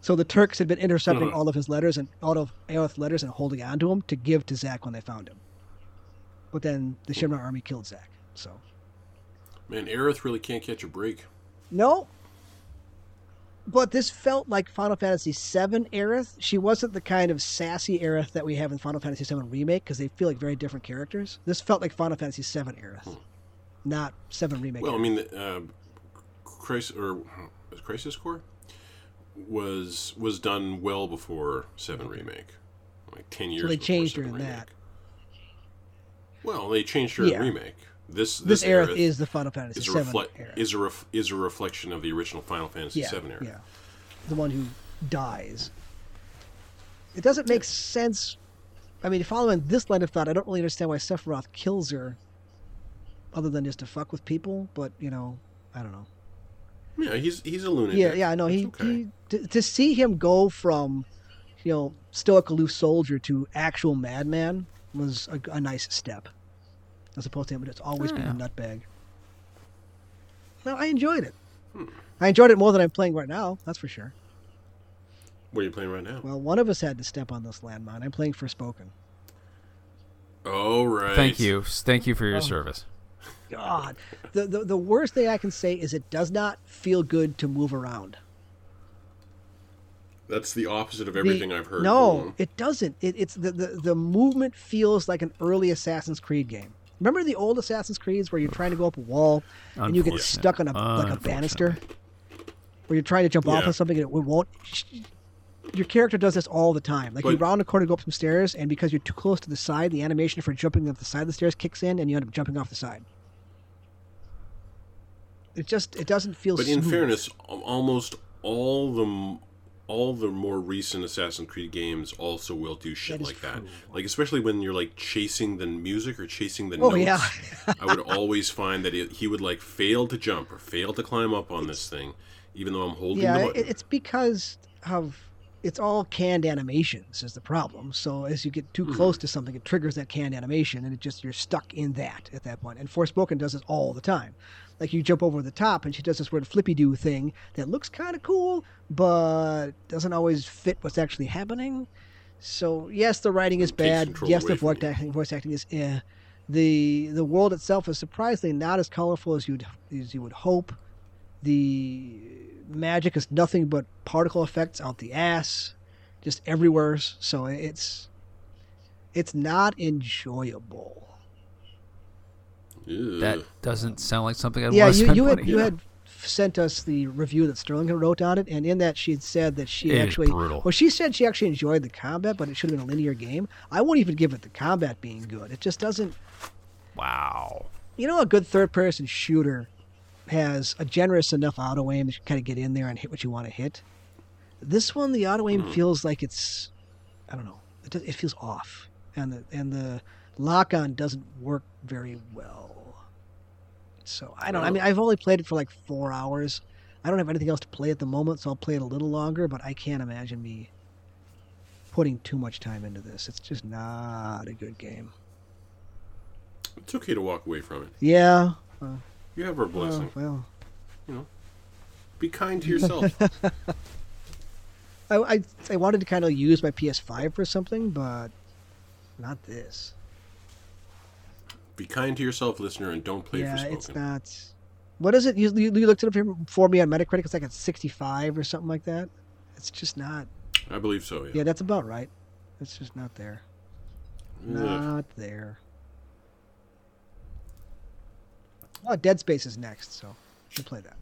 Speaker 2: So the Turks had been intercepting
Speaker 1: Mhm.
Speaker 2: all of his letters and all of Aerith's letters and holding on to them to give to Zach when they found him. But then the Shimmer army killed Zach. So
Speaker 1: Man, Aerith really can't catch a break.
Speaker 2: no. But this felt like Final Fantasy VII Aerith. She wasn't the kind of sassy Aerith that we have in Final Fantasy VII Remake because they feel like very different characters. This felt like Final Fantasy VII Aerith, not Seven Remake.
Speaker 1: Hmm. Well, I
Speaker 2: Aerith.
Speaker 1: mean, the, uh, Crisis or was Crisis Core was was done well before Seven Remake, like ten years.
Speaker 2: they
Speaker 1: before
Speaker 2: changed her
Speaker 1: Seven
Speaker 2: in
Speaker 1: Remake.
Speaker 2: that.
Speaker 1: Well, they changed her
Speaker 2: Yeah.
Speaker 1: in Remake. This
Speaker 2: this
Speaker 1: this,
Speaker 2: Aerith, is the Final Fantasy
Speaker 1: is
Speaker 2: VII
Speaker 1: a reflect
Speaker 2: Aerith.
Speaker 1: is a ref- is a reflection of the original Final Fantasy
Speaker 2: yeah,
Speaker 1: Seven Aerith.
Speaker 2: yeah, the one who dies. It doesn't make sense. I mean, following this line of thought, I don't really understand why Sephiroth kills her, other than just to fuck with people. But you know, I don't know.
Speaker 1: Yeah, he's he's a lunatic.
Speaker 2: Yeah, yeah, I know. He,
Speaker 1: It's okay.
Speaker 2: he to, to see him go from you know stoic aloof soldier to actual madman was a, a nice step, as opposed to him just always being a nutbag. No, I enjoyed it. I enjoyed it more than I'm playing right now. That's for sure.
Speaker 1: What are you playing right now?
Speaker 2: Well, one of us had to step on this landmine. I'm playing for spoken.
Speaker 1: Oh right.
Speaker 3: Thank you. Thank you for
Speaker 2: Oh.
Speaker 3: your service.
Speaker 2: God, the, the the worst thing I can say is it does not feel good to move around.
Speaker 1: That's the opposite of
Speaker 2: the-
Speaker 1: everything I've heard.
Speaker 2: No,
Speaker 1: Go on.
Speaker 2: it doesn't. It, it's the, the the movement feels like an early Assassin's Creed game. Remember the old Assassin's Creeds where you're trying to go up a wall and you get
Speaker 3: Unfortunate.
Speaker 2: stuck on a like a
Speaker 3: Unfortunate.
Speaker 2: banister, where you're trying to jump off
Speaker 1: Yeah.
Speaker 2: of something and it won't. Your character does this all the time. Like you
Speaker 1: But-
Speaker 2: round a corner, to go up some stairs, and because you're too close to the side, the animation for jumping up the side of the stairs kicks in, and you end up jumping off the side. It just it doesn't feel.
Speaker 1: But in
Speaker 2: smooth.
Speaker 1: fairness, al- almost all the m- all the more recent Assassin's Creed games also will do shit
Speaker 2: That is
Speaker 1: like that.
Speaker 2: true.
Speaker 1: Like especially when you're like chasing the music or chasing the
Speaker 2: Oh,
Speaker 1: notes.
Speaker 2: yeah.
Speaker 1: <laughs> I would always find that it, he would like fail to jump or fail to climb up on this thing, even though I'm holding the
Speaker 2: yeah,
Speaker 1: button.
Speaker 2: it, it's because of it's all canned animations is the problem. So as you get too close to something, it triggers that canned animation, and it just you're stuck in that at that point. And Forspoken does this all the time. Like you jump over the top, and she does this weird flippy do thing that looks kind of cool, but doesn't always fit what's actually happening. So yes, the writing is
Speaker 1: It takes
Speaker 2: bad.
Speaker 1: control
Speaker 2: Yes, the
Speaker 1: away from
Speaker 2: voice acting, voice acting is eh. The the world itself is surprisingly not as colorful as you'd as you would hope. The magic is nothing but particle effects out the ass, just everywhere. So it's it's not enjoyable.
Speaker 1: Ugh.
Speaker 3: That doesn't sound like something I'd
Speaker 2: yeah,
Speaker 3: want to
Speaker 2: you
Speaker 3: spend
Speaker 2: you had
Speaker 3: money
Speaker 2: you
Speaker 1: Yeah.
Speaker 2: had sent us the review that Sterling had wrote on it, and in that she had said that she
Speaker 3: It is
Speaker 2: actually
Speaker 3: brutal.
Speaker 2: well she said she actually enjoyed the combat, but it should have been a linear game. I won't even give it the combat being good. It just doesn't
Speaker 3: Wow.
Speaker 2: you know, a good third person shooter has a generous enough auto aim that you kind of get in there and hit what you want to hit. This one, the auto aim feels like it's, I don't know, it, does, it feels off, and the and the lock on doesn't work very well. So I don't. I mean, I've only played it for like four hours. I don't have anything else to play at the moment, so I'll play it a little longer. But I can't imagine me putting too much time into this. It's just not a good game.
Speaker 1: It's okay to walk away from it.
Speaker 2: Yeah.
Speaker 1: You have our
Speaker 2: Oh.
Speaker 1: blessing.
Speaker 2: Well, well.
Speaker 1: Be kind to
Speaker 2: <laughs>
Speaker 1: yourself.
Speaker 2: I, I, I wanted to kind of use my PS5 for something, but not this.
Speaker 1: Be kind to yourself, listener, and don't play
Speaker 2: yeah,
Speaker 1: for
Speaker 2: it's
Speaker 1: spoken.
Speaker 2: not. What is it? You, you, you looked it up here for me on Metacritic. It's like a 65 or something like that. It's just not.
Speaker 1: I believe so.
Speaker 2: Yeah,
Speaker 1: Yeah.
Speaker 2: that's about right. It's just not there.
Speaker 1: Ugh.
Speaker 2: Not there. Oh, Dead Space is next, so should play that.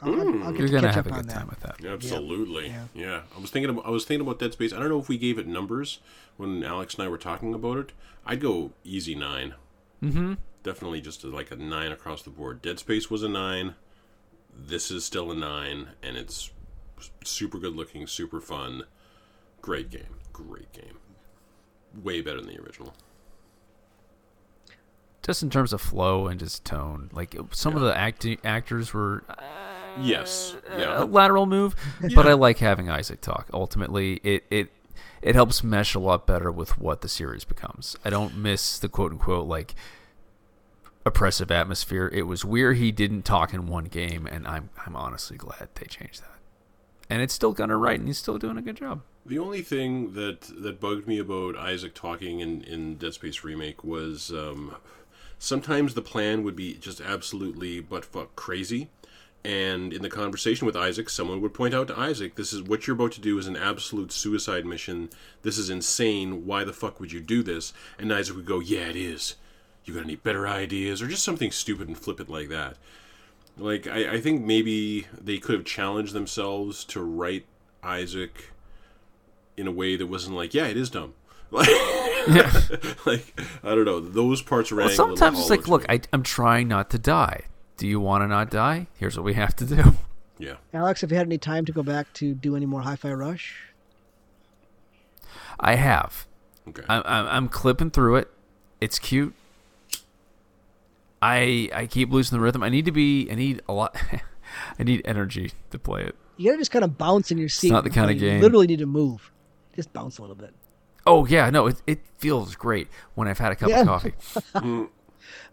Speaker 2: I'll, I'll,
Speaker 1: Mm.
Speaker 2: I'll get
Speaker 3: You're
Speaker 2: to
Speaker 3: gonna
Speaker 2: catch
Speaker 3: have
Speaker 2: up
Speaker 3: a
Speaker 2: on
Speaker 3: good
Speaker 2: that.
Speaker 3: time with that.
Speaker 1: Absolutely.
Speaker 2: Yeah.
Speaker 1: Yeah. I was thinking about I was thinking about Dead Space. I don't know if we gave it numbers when Alex and I were talking about it. I'd go easy 9.
Speaker 3: Mm-hmm.
Speaker 1: Definitely just like a 9 across the board. Dead Space was a 9. This is still a 9 and it's super good looking, super fun. Great game. Great game. Way better than the original.
Speaker 3: Just in terms of flow and just tone, like some of the acti- actors were
Speaker 1: Yes.
Speaker 3: a
Speaker 1: Yeah.
Speaker 3: lateral
Speaker 2: <laughs>
Speaker 3: move, but I like having Isaac talk. Ultimately, it it it helps mesh a lot better with what the series becomes. I don't miss the quote unquote like oppressive atmosphere. It was weird he didn't talk in one game, and I'm I'm honestly glad they changed that. And it's still Gunnar Wright, and he's still doing a good job.
Speaker 1: The only thing that that bugged me about Isaac talking in in Dead Space remake was um, sometimes the plan would be just absolutely butt fuck crazy, and in the conversation with Isaac, someone would point out to Isaac, "This is what you're about to do is an absolute suicide mission. This is insane. Why the fuck would you do this?" And Isaac would go, "Yeah, it is. You got any better ideas?" Or just something stupid and flippant like that. Like I, I think maybe they could have challenged themselves to write Isaac in a way that wasn't like, yeah, it is dumb. <laughs> Like, like I don't know. Those parts rang.
Speaker 3: Well,
Speaker 1: a little
Speaker 3: sometimes it's
Speaker 1: hollow
Speaker 3: like,
Speaker 1: to
Speaker 3: look,
Speaker 1: me.
Speaker 3: I, I'm trying not to die. Do you want to not die? Here's what we have to do. <laughs>
Speaker 1: yeah,
Speaker 2: Alex, have you had any time to go back to do any more Hi Fi Rush?
Speaker 3: I have.
Speaker 1: okay.
Speaker 3: I'm, I'm, I'm clipping through it. It's cute. I I keep losing the rhythm. I need to be. I need a lot. <laughs> I need energy to play it.
Speaker 2: You gotta just kind of bounce in your seat.
Speaker 3: not the
Speaker 2: and
Speaker 3: kinda
Speaker 2: play. You
Speaker 3: game.
Speaker 2: literally need to move. just bounce a little bit.
Speaker 3: Oh yeah, no, it, it feels great when I've had a cup
Speaker 2: Yeah.
Speaker 3: of coffee.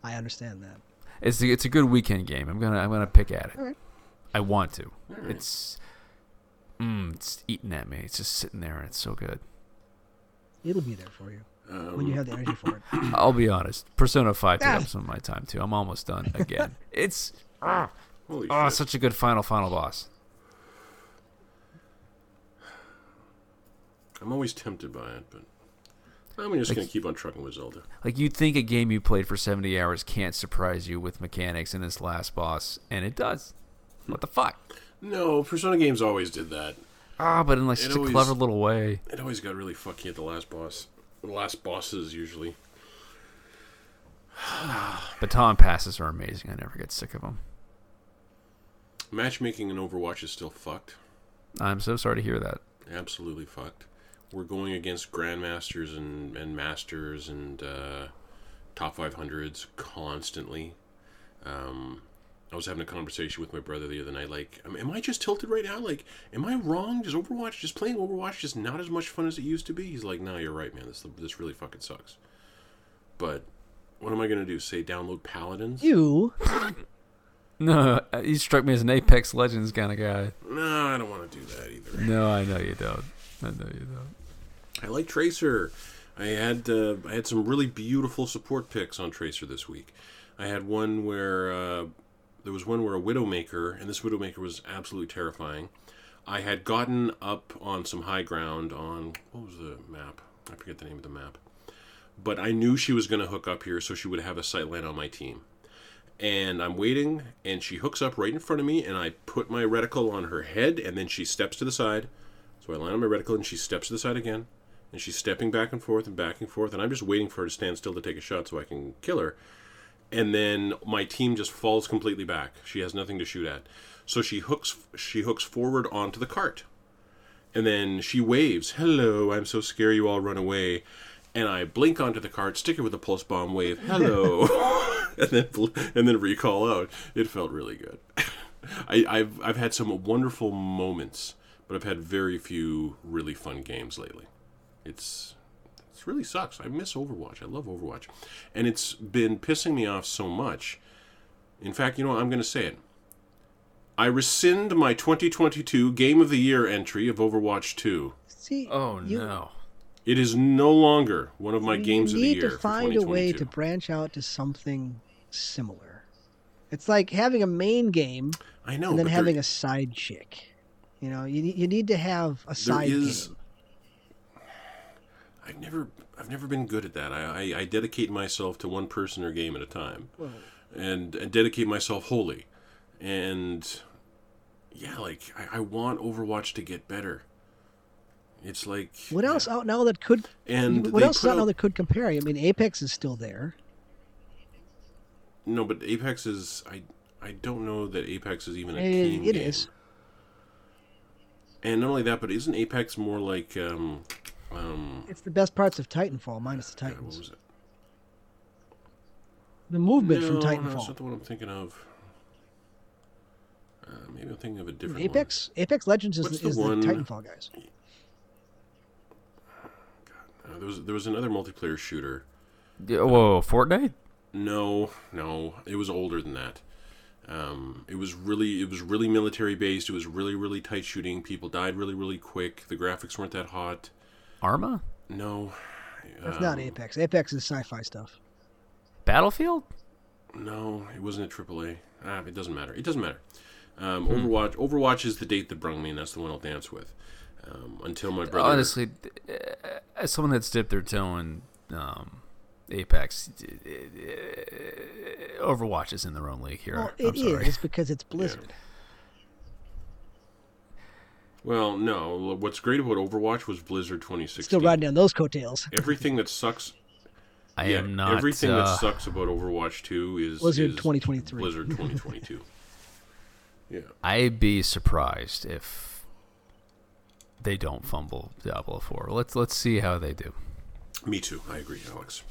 Speaker 2: I understand that.
Speaker 3: It's a, it's a good weekend game. I'm gonna I'm gonna pick at it.
Speaker 2: Alright.
Speaker 3: I want to. It's mm, it's eating at me. It's just sitting there and it's so good.
Speaker 2: It'll be there for you when
Speaker 1: Um,
Speaker 2: you have the
Speaker 1: <laughs>
Speaker 2: energy for it.
Speaker 3: I'll be honest. Persona Five took
Speaker 2: Ah.
Speaker 3: up some of my time too. I'm almost done again. it's ah,
Speaker 1: Holy
Speaker 3: oh,
Speaker 1: shit.
Speaker 3: such a good final final boss.
Speaker 1: I'm always tempted by it, but I'm just going to keep on trucking with Zelda.
Speaker 3: Like you'd think a game you played for 70 hours can't surprise you with mechanics in this last boss, and it does. What the fuck?
Speaker 1: No, Persona games always did that.
Speaker 3: Ah, but in like
Speaker 1: It
Speaker 3: such
Speaker 1: always-
Speaker 3: a clever little way.
Speaker 1: It always got really fucky at the last boss. The last bosses, usually.
Speaker 3: Baton passes are amazing. I never get sick of them.
Speaker 1: Matchmaking in Overwatch is still fucked.
Speaker 3: I'm so sorry to hear that.
Speaker 1: Absolutely fucked. We're going against grandmasters and, and masters and uh, top 500s constantly. Um, I was having a conversation with my brother the other night. Like, am- am I just tilted right now? Like, am I wrong? Does Overwatch just playing Overwatch just not as much fun as it used to be? He's like, no, you're right, man. This this really fucking sucks. But what am I gonna do? Say download Paladins?
Speaker 2: You
Speaker 3: No, uh, you struck me as an Apex Legends kind of guy.
Speaker 1: No, I don't want to do that either.
Speaker 3: No, I know you don't. I know you don't.
Speaker 1: I like Tracer. I had uh, I had some really beautiful support picks on Tracer this week. I had one where uh, there was one where a Widowmaker, and this Widowmaker was absolutely terrifying. I had gotten up on some high ground on what was the map? I forget the name of the map, but I knew she was going to hook up here, so she would have a sight line on my team. And I'm waiting, and she hooks up right in front of me, and I put my reticle on her head, and then she steps to the side. So I line up my reticle, and she steps to the side again, and she's stepping back and forth and back and forth, and I'm just waiting for her to stand still to take a shot so I can kill her. And then my team just falls completely back. She has nothing to shoot at, so she hooks she hooks forward onto the cart, and then she waves, "Hello, I'm so scary, you all run away." And I blink onto the cart, stick her with a pulse bomb, wave, "Hello," <laughs> and then bl- and then recall out. It felt really good. <laughs> I, I've I've had some wonderful moments, but I've had very few really fun games lately. It's it really sucks. I miss Overwatch. I love Overwatch, and it's been pissing me off so much. In fact, you know what? I'm going to say it. I rescind my 2022 Game of the Year entry of Overwatch 2.
Speaker 2: see.
Speaker 3: Oh
Speaker 2: you,
Speaker 3: no.
Speaker 1: It is no longer one of my
Speaker 2: you
Speaker 1: games of the
Speaker 2: need
Speaker 1: year.
Speaker 2: to
Speaker 1: for
Speaker 2: find a way to
Speaker 1: 2022.
Speaker 2: branch out to something similar. It's like having a main game
Speaker 1: I know,
Speaker 2: and then
Speaker 1: Oh, but
Speaker 2: having
Speaker 1: there-
Speaker 2: a side chick. You know, you, ne- you need to have a side
Speaker 1: is-
Speaker 2: game.
Speaker 1: I've never, I've never been good at that. I, I, I dedicate myself to one person or game at a time.
Speaker 2: Well,
Speaker 1: and, and dedicate myself wholly. And yeah, like I, I want Overwatch to get better. It's like
Speaker 2: what else out now that could?
Speaker 1: And
Speaker 2: what
Speaker 1: they
Speaker 2: else
Speaker 1: put
Speaker 2: out now
Speaker 1: out-
Speaker 2: that could compare? I mean, Apex is still there.
Speaker 1: No, but Apex is I I don't know that Apex is even a
Speaker 2: It-
Speaker 1: team
Speaker 2: it
Speaker 1: game.
Speaker 2: is.
Speaker 1: And not only that, but isn't Apex more like um um
Speaker 2: It's the best parts of Titanfall, minus the
Speaker 1: what
Speaker 2: Titans.
Speaker 1: was it?
Speaker 2: The movement from
Speaker 1: no, no, that's
Speaker 2: Titanfall.
Speaker 1: not the one I'm thinking of. Uh, maybe I'm thinking of a different one.
Speaker 2: Apex, Apex Legends is,
Speaker 1: What's
Speaker 2: the,
Speaker 1: the
Speaker 2: is the
Speaker 1: one-
Speaker 2: Titanfall guys.
Speaker 1: Uh, there was there was another multiplayer shooter.
Speaker 3: Yeah, Whoa, Fortnite?
Speaker 1: No, no, it was older than that. Um, it was really, it was really military based. It was really, really tight shooting. People died really, really quick. The graphics weren't that hot.
Speaker 3: Arma?
Speaker 1: No,
Speaker 2: That's not
Speaker 1: um,
Speaker 2: Apex. Apex is sci-fi stuff.
Speaker 3: Battlefield?
Speaker 1: No, it wasn't a AAA. Ah, it doesn't matter. It doesn't matter. Um,
Speaker 3: Hmm.
Speaker 1: Overwatch. Overwatch is the date that brung me, and that's the one I'll dance with um, until my brother.
Speaker 3: Honestly, th- uh, as someone that's dipped their toe in um, Apex, uh, Overwatch is in their own league here.
Speaker 2: Well,
Speaker 3: I'm
Speaker 2: it is
Speaker 3: sorry.
Speaker 2: because it's Blizzard.
Speaker 1: Well, no. What's great about Overwatch was Blizzard 2016.
Speaker 2: Still riding down those coattails.
Speaker 1: Everything that sucks
Speaker 3: I
Speaker 1: Yeah,
Speaker 3: am not.
Speaker 1: Everything
Speaker 3: uh,
Speaker 1: that sucks about Overwatch 2 is
Speaker 2: Blizzard
Speaker 1: is
Speaker 2: 2023.
Speaker 1: Blizzard 2022. yeah.
Speaker 3: I'd be surprised if they don't fumble Diablo 4. Let's let's see how they do.
Speaker 1: Me too. I agree, Alex.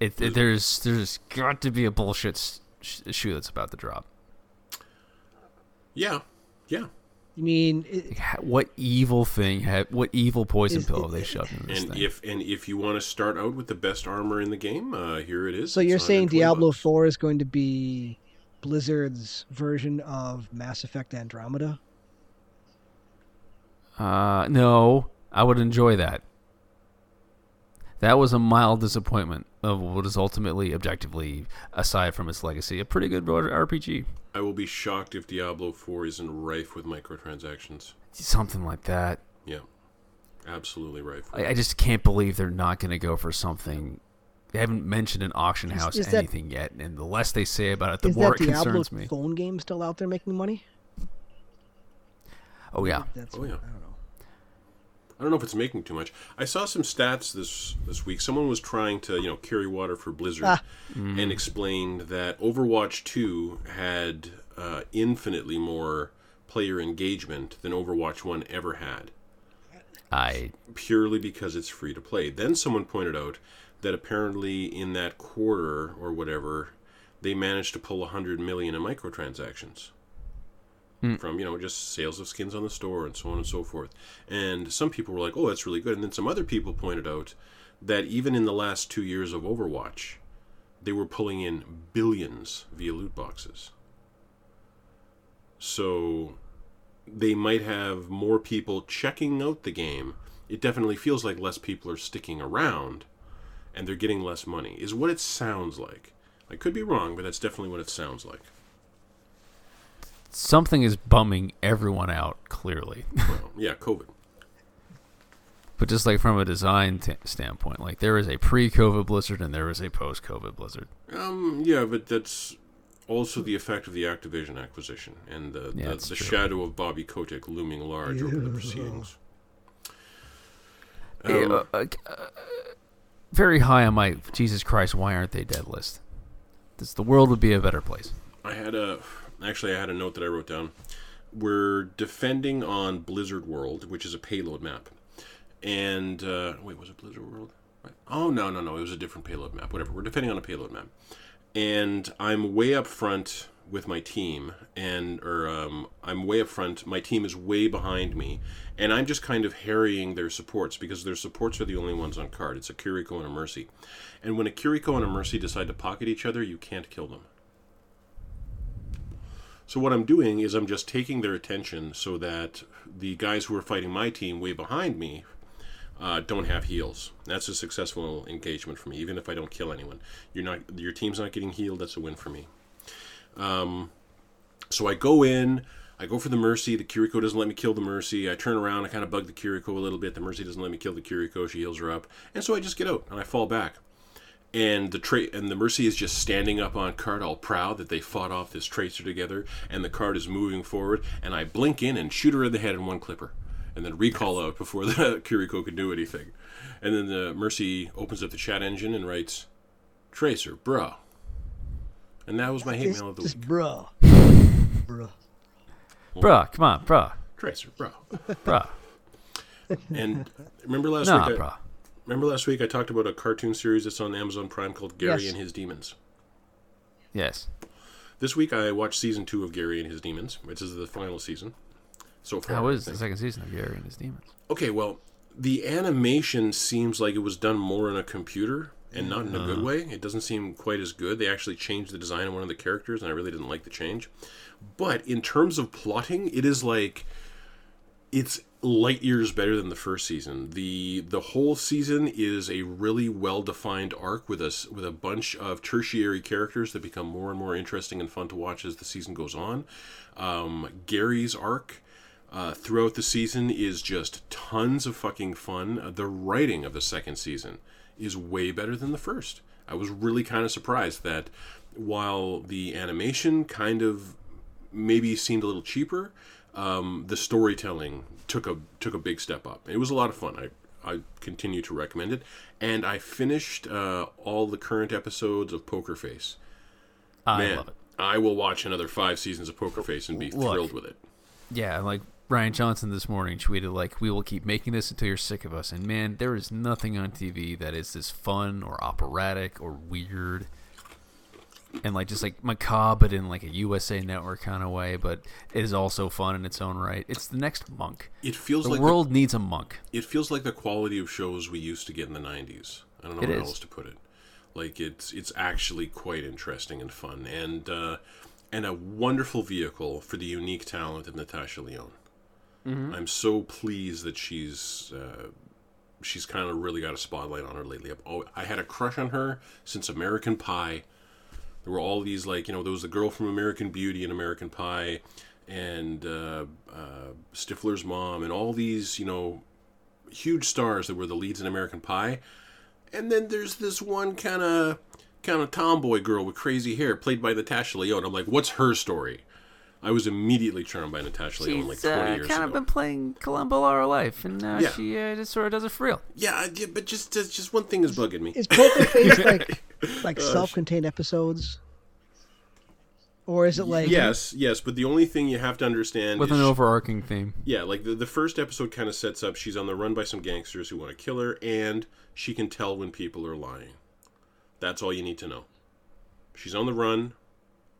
Speaker 3: It, it- there's there's got to be a bullshit s- sh- shoe that's about to drop.
Speaker 1: Yeah. Yeah.
Speaker 2: I mean, it,
Speaker 3: <laughs> Like, ha- What evil thing? ha- What evil poison
Speaker 2: Is-
Speaker 3: pill have they shoved into this
Speaker 1: And
Speaker 3: thing?
Speaker 1: if and if you want to start out with the best armor in the game, uh, here it is.
Speaker 2: so you're
Speaker 1: It's
Speaker 2: saying
Speaker 1: 120
Speaker 2: Diablo
Speaker 1: bucks.
Speaker 2: 4 is going to be Blizzard's version of Mass Effect Andromeda?
Speaker 3: Uh, no, I would enjoy that. That was a mild disappointment of what is ultimately, objectively, aside from its legacy, a pretty good R- RPG.
Speaker 1: I will be shocked if Diablo Four isn't rife with microtransactions.
Speaker 3: Something like that.
Speaker 1: Yeah, absolutely rife.
Speaker 3: I, I just can't believe they're not going to go for something. They haven't mentioned an auction house
Speaker 2: is that-
Speaker 3: anything yet, and the less they say about it, the
Speaker 2: is
Speaker 3: more
Speaker 2: that
Speaker 3: it
Speaker 2: Diablo
Speaker 3: concerns me.
Speaker 2: phone game still out there making money?
Speaker 3: Oh yeah,
Speaker 2: That's
Speaker 1: Oh, yeah.
Speaker 2: I don't know.
Speaker 1: I don't know if it's making too much. I saw some stats this this week. Someone was trying to you know carry water for Blizzard,
Speaker 2: Ah.
Speaker 1: and explained that Overwatch Two had uh, infinitely more player engagement than Overwatch One ever had.
Speaker 3: I
Speaker 1: purely because it's free to play. Then someone pointed out that apparently in that quarter or whatever, they managed to pull 100 million in microtransactions from, you know, just sales of skins on the store and so on and so forth. And some people were like, "Oh, that's really good." And then some other people pointed out that even in the last 2 years of Overwatch, they were pulling in billions via loot boxes. So they might have more people checking out the game. It definitely feels like less people are sticking around and they're getting less money, is what it sounds like. I could be wrong, but that's definitely what it sounds like.
Speaker 3: something is bumming everyone out clearly. <laughs>
Speaker 1: Well, yeah, COVID.
Speaker 3: But just like from a design t- standpoint, like there is a pre-COVID Blizzard and there is a post-COVID Blizzard.
Speaker 1: Um, yeah, but that's also the effect of the Activision acquisition and the,
Speaker 3: Yeah,
Speaker 1: the,
Speaker 3: it's
Speaker 1: the
Speaker 3: true.
Speaker 1: shadow of Bobby Kotick looming large over the proceedings.
Speaker 3: Yeah,
Speaker 1: Um,
Speaker 3: uh, uh, uh, very high on my Jesus Christ, why aren't they dead list? This, the world would be a better place.
Speaker 1: I had a actually I had a note that I wrote down. We're defending on Blizzard World, which is a payload map. And uh, wait, was it Blizzard World? Right. Oh no, no, no! It was a different payload map. Whatever. We're defending on a payload map, and I'm way up front with my team, and or um, I'm way up front. My team is way behind me, and I'm just kind of harrying their supports because their supports are the only ones on card. It's a Kiriko and a Mercy, and when a Kiriko and a Mercy decide to pocket each other, you can't kill them. So what I'm doing is I'm just taking their attention so that the guys who are fighting my team way behind me uh, don't have heals. That's a successful engagement for me, even if I don't kill anyone. You're not your team's not getting healed. That's a win for me. So I go in, I go for the Mercy. The Kiriko doesn't let me kill the Mercy. I turn around, I kind of bug the Kiriko a little bit. The Mercy doesn't let me kill the Kiriko. She heals her up, and so I just get out and I fall back. And the tra- and the Mercy is just standing up on Card, all proud that they fought off this tracer together. And the Card is moving forward, and I blink in and shoot her in the head in one clipper, and then recall out before the <laughs> Kiriko could do anything. And then the Mercy opens up the chat engine and writes, "Tracer, bruh." And that was my hate
Speaker 2: It's
Speaker 1: mail of the
Speaker 2: just
Speaker 1: week.
Speaker 2: bruh. bruh.
Speaker 3: Bruh, come
Speaker 1: <laughs>
Speaker 3: on, bruh,
Speaker 1: Tracer, bruh.
Speaker 3: bruh,
Speaker 1: And remember last
Speaker 3: nah,
Speaker 1: week? I,
Speaker 3: bruh.
Speaker 1: Remember last week I talked about a cartoon series that's on Amazon Prime called Gary
Speaker 2: Yes.
Speaker 1: and His Demons.
Speaker 3: Yes,
Speaker 1: This week I watched season two of Gary and His Demons, which is the final season so far.
Speaker 3: how is
Speaker 1: I think.
Speaker 3: the second season of Gary and his demons?
Speaker 1: Okay, well, the animation seems like it was done more on a computer and not in a good way. It doesn't seem quite as good. They actually changed the design of one of the characters, and I really didn't like the change. But in terms of plotting, it is like it's light years better than the first season. The the whole season is a really well defined arc with us with a bunch of tertiary characters that become more and more interesting and fun to watch as the season goes on. Um, Gary's arc uh, throughout the season is just tons of fucking fun. Uh, The writing of the second season is way better than the first. I was really kind of surprised that while the animation kind of maybe seemed a little cheaper, um, the storytelling took a took a big step up. It was a lot of fun. I I continue to recommend it, and I finished uh, all the current episodes of Poker Face.
Speaker 3: I
Speaker 1: Man,
Speaker 3: love it.
Speaker 1: I will watch another five seasons of Poker Face and be
Speaker 3: Look.
Speaker 1: thrilled with it.
Speaker 3: Yeah, like Ryan Johnson this morning tweeted like we will keep making this until you're sick of us. And man, there is nothing on TV that is this fun or operatic or weird and like just like macabre, but in like a USA Network kind of way. But it is also fun in its own right. It's the next Monk.
Speaker 1: It feels
Speaker 3: The
Speaker 1: like
Speaker 3: world needs a Monk.
Speaker 1: The, it feels like the quality of shows we used to get in the '90s. I don't know
Speaker 3: It
Speaker 1: how
Speaker 3: is.
Speaker 1: else to put it. Like it's it's actually quite interesting and fun, and uh, and a wonderful vehicle for the unique talent of Natasha Leone.
Speaker 3: Mm-hmm.
Speaker 1: I'm so pleased that she's uh, she's kind of really got a spotlight on her lately. I've al- I had a crush on her since American Pie. There were all these like you know there was the girl from American Beauty and American Pie, and uh, uh, Stifler's mom and all these you know huge stars that were the leads in American Pie, and then there's this one kind of kind of tomboy girl with crazy hair played by Natasha Leone. I'm like, what's her story? I was immediately charmed by Natasha Leone like 20 years
Speaker 3: uh, kind
Speaker 1: ago.
Speaker 3: of been playing Columbo all her life, and now
Speaker 1: Yeah.
Speaker 3: she uh, just sort of does it for real.
Speaker 1: Yeah, I did, but just just just one thing is bugging me.
Speaker 2: Is Poker Face like like self-contained episodes, or is it like
Speaker 1: yes, yes, but the only thing you have to understand
Speaker 3: With
Speaker 1: is
Speaker 3: an overarching theme.
Speaker 1: yeah, like the, the first episode kind of sets up she's on the run by some gangsters who want to kill her and she can tell when people are lying. That's all you need to know. She's on the run,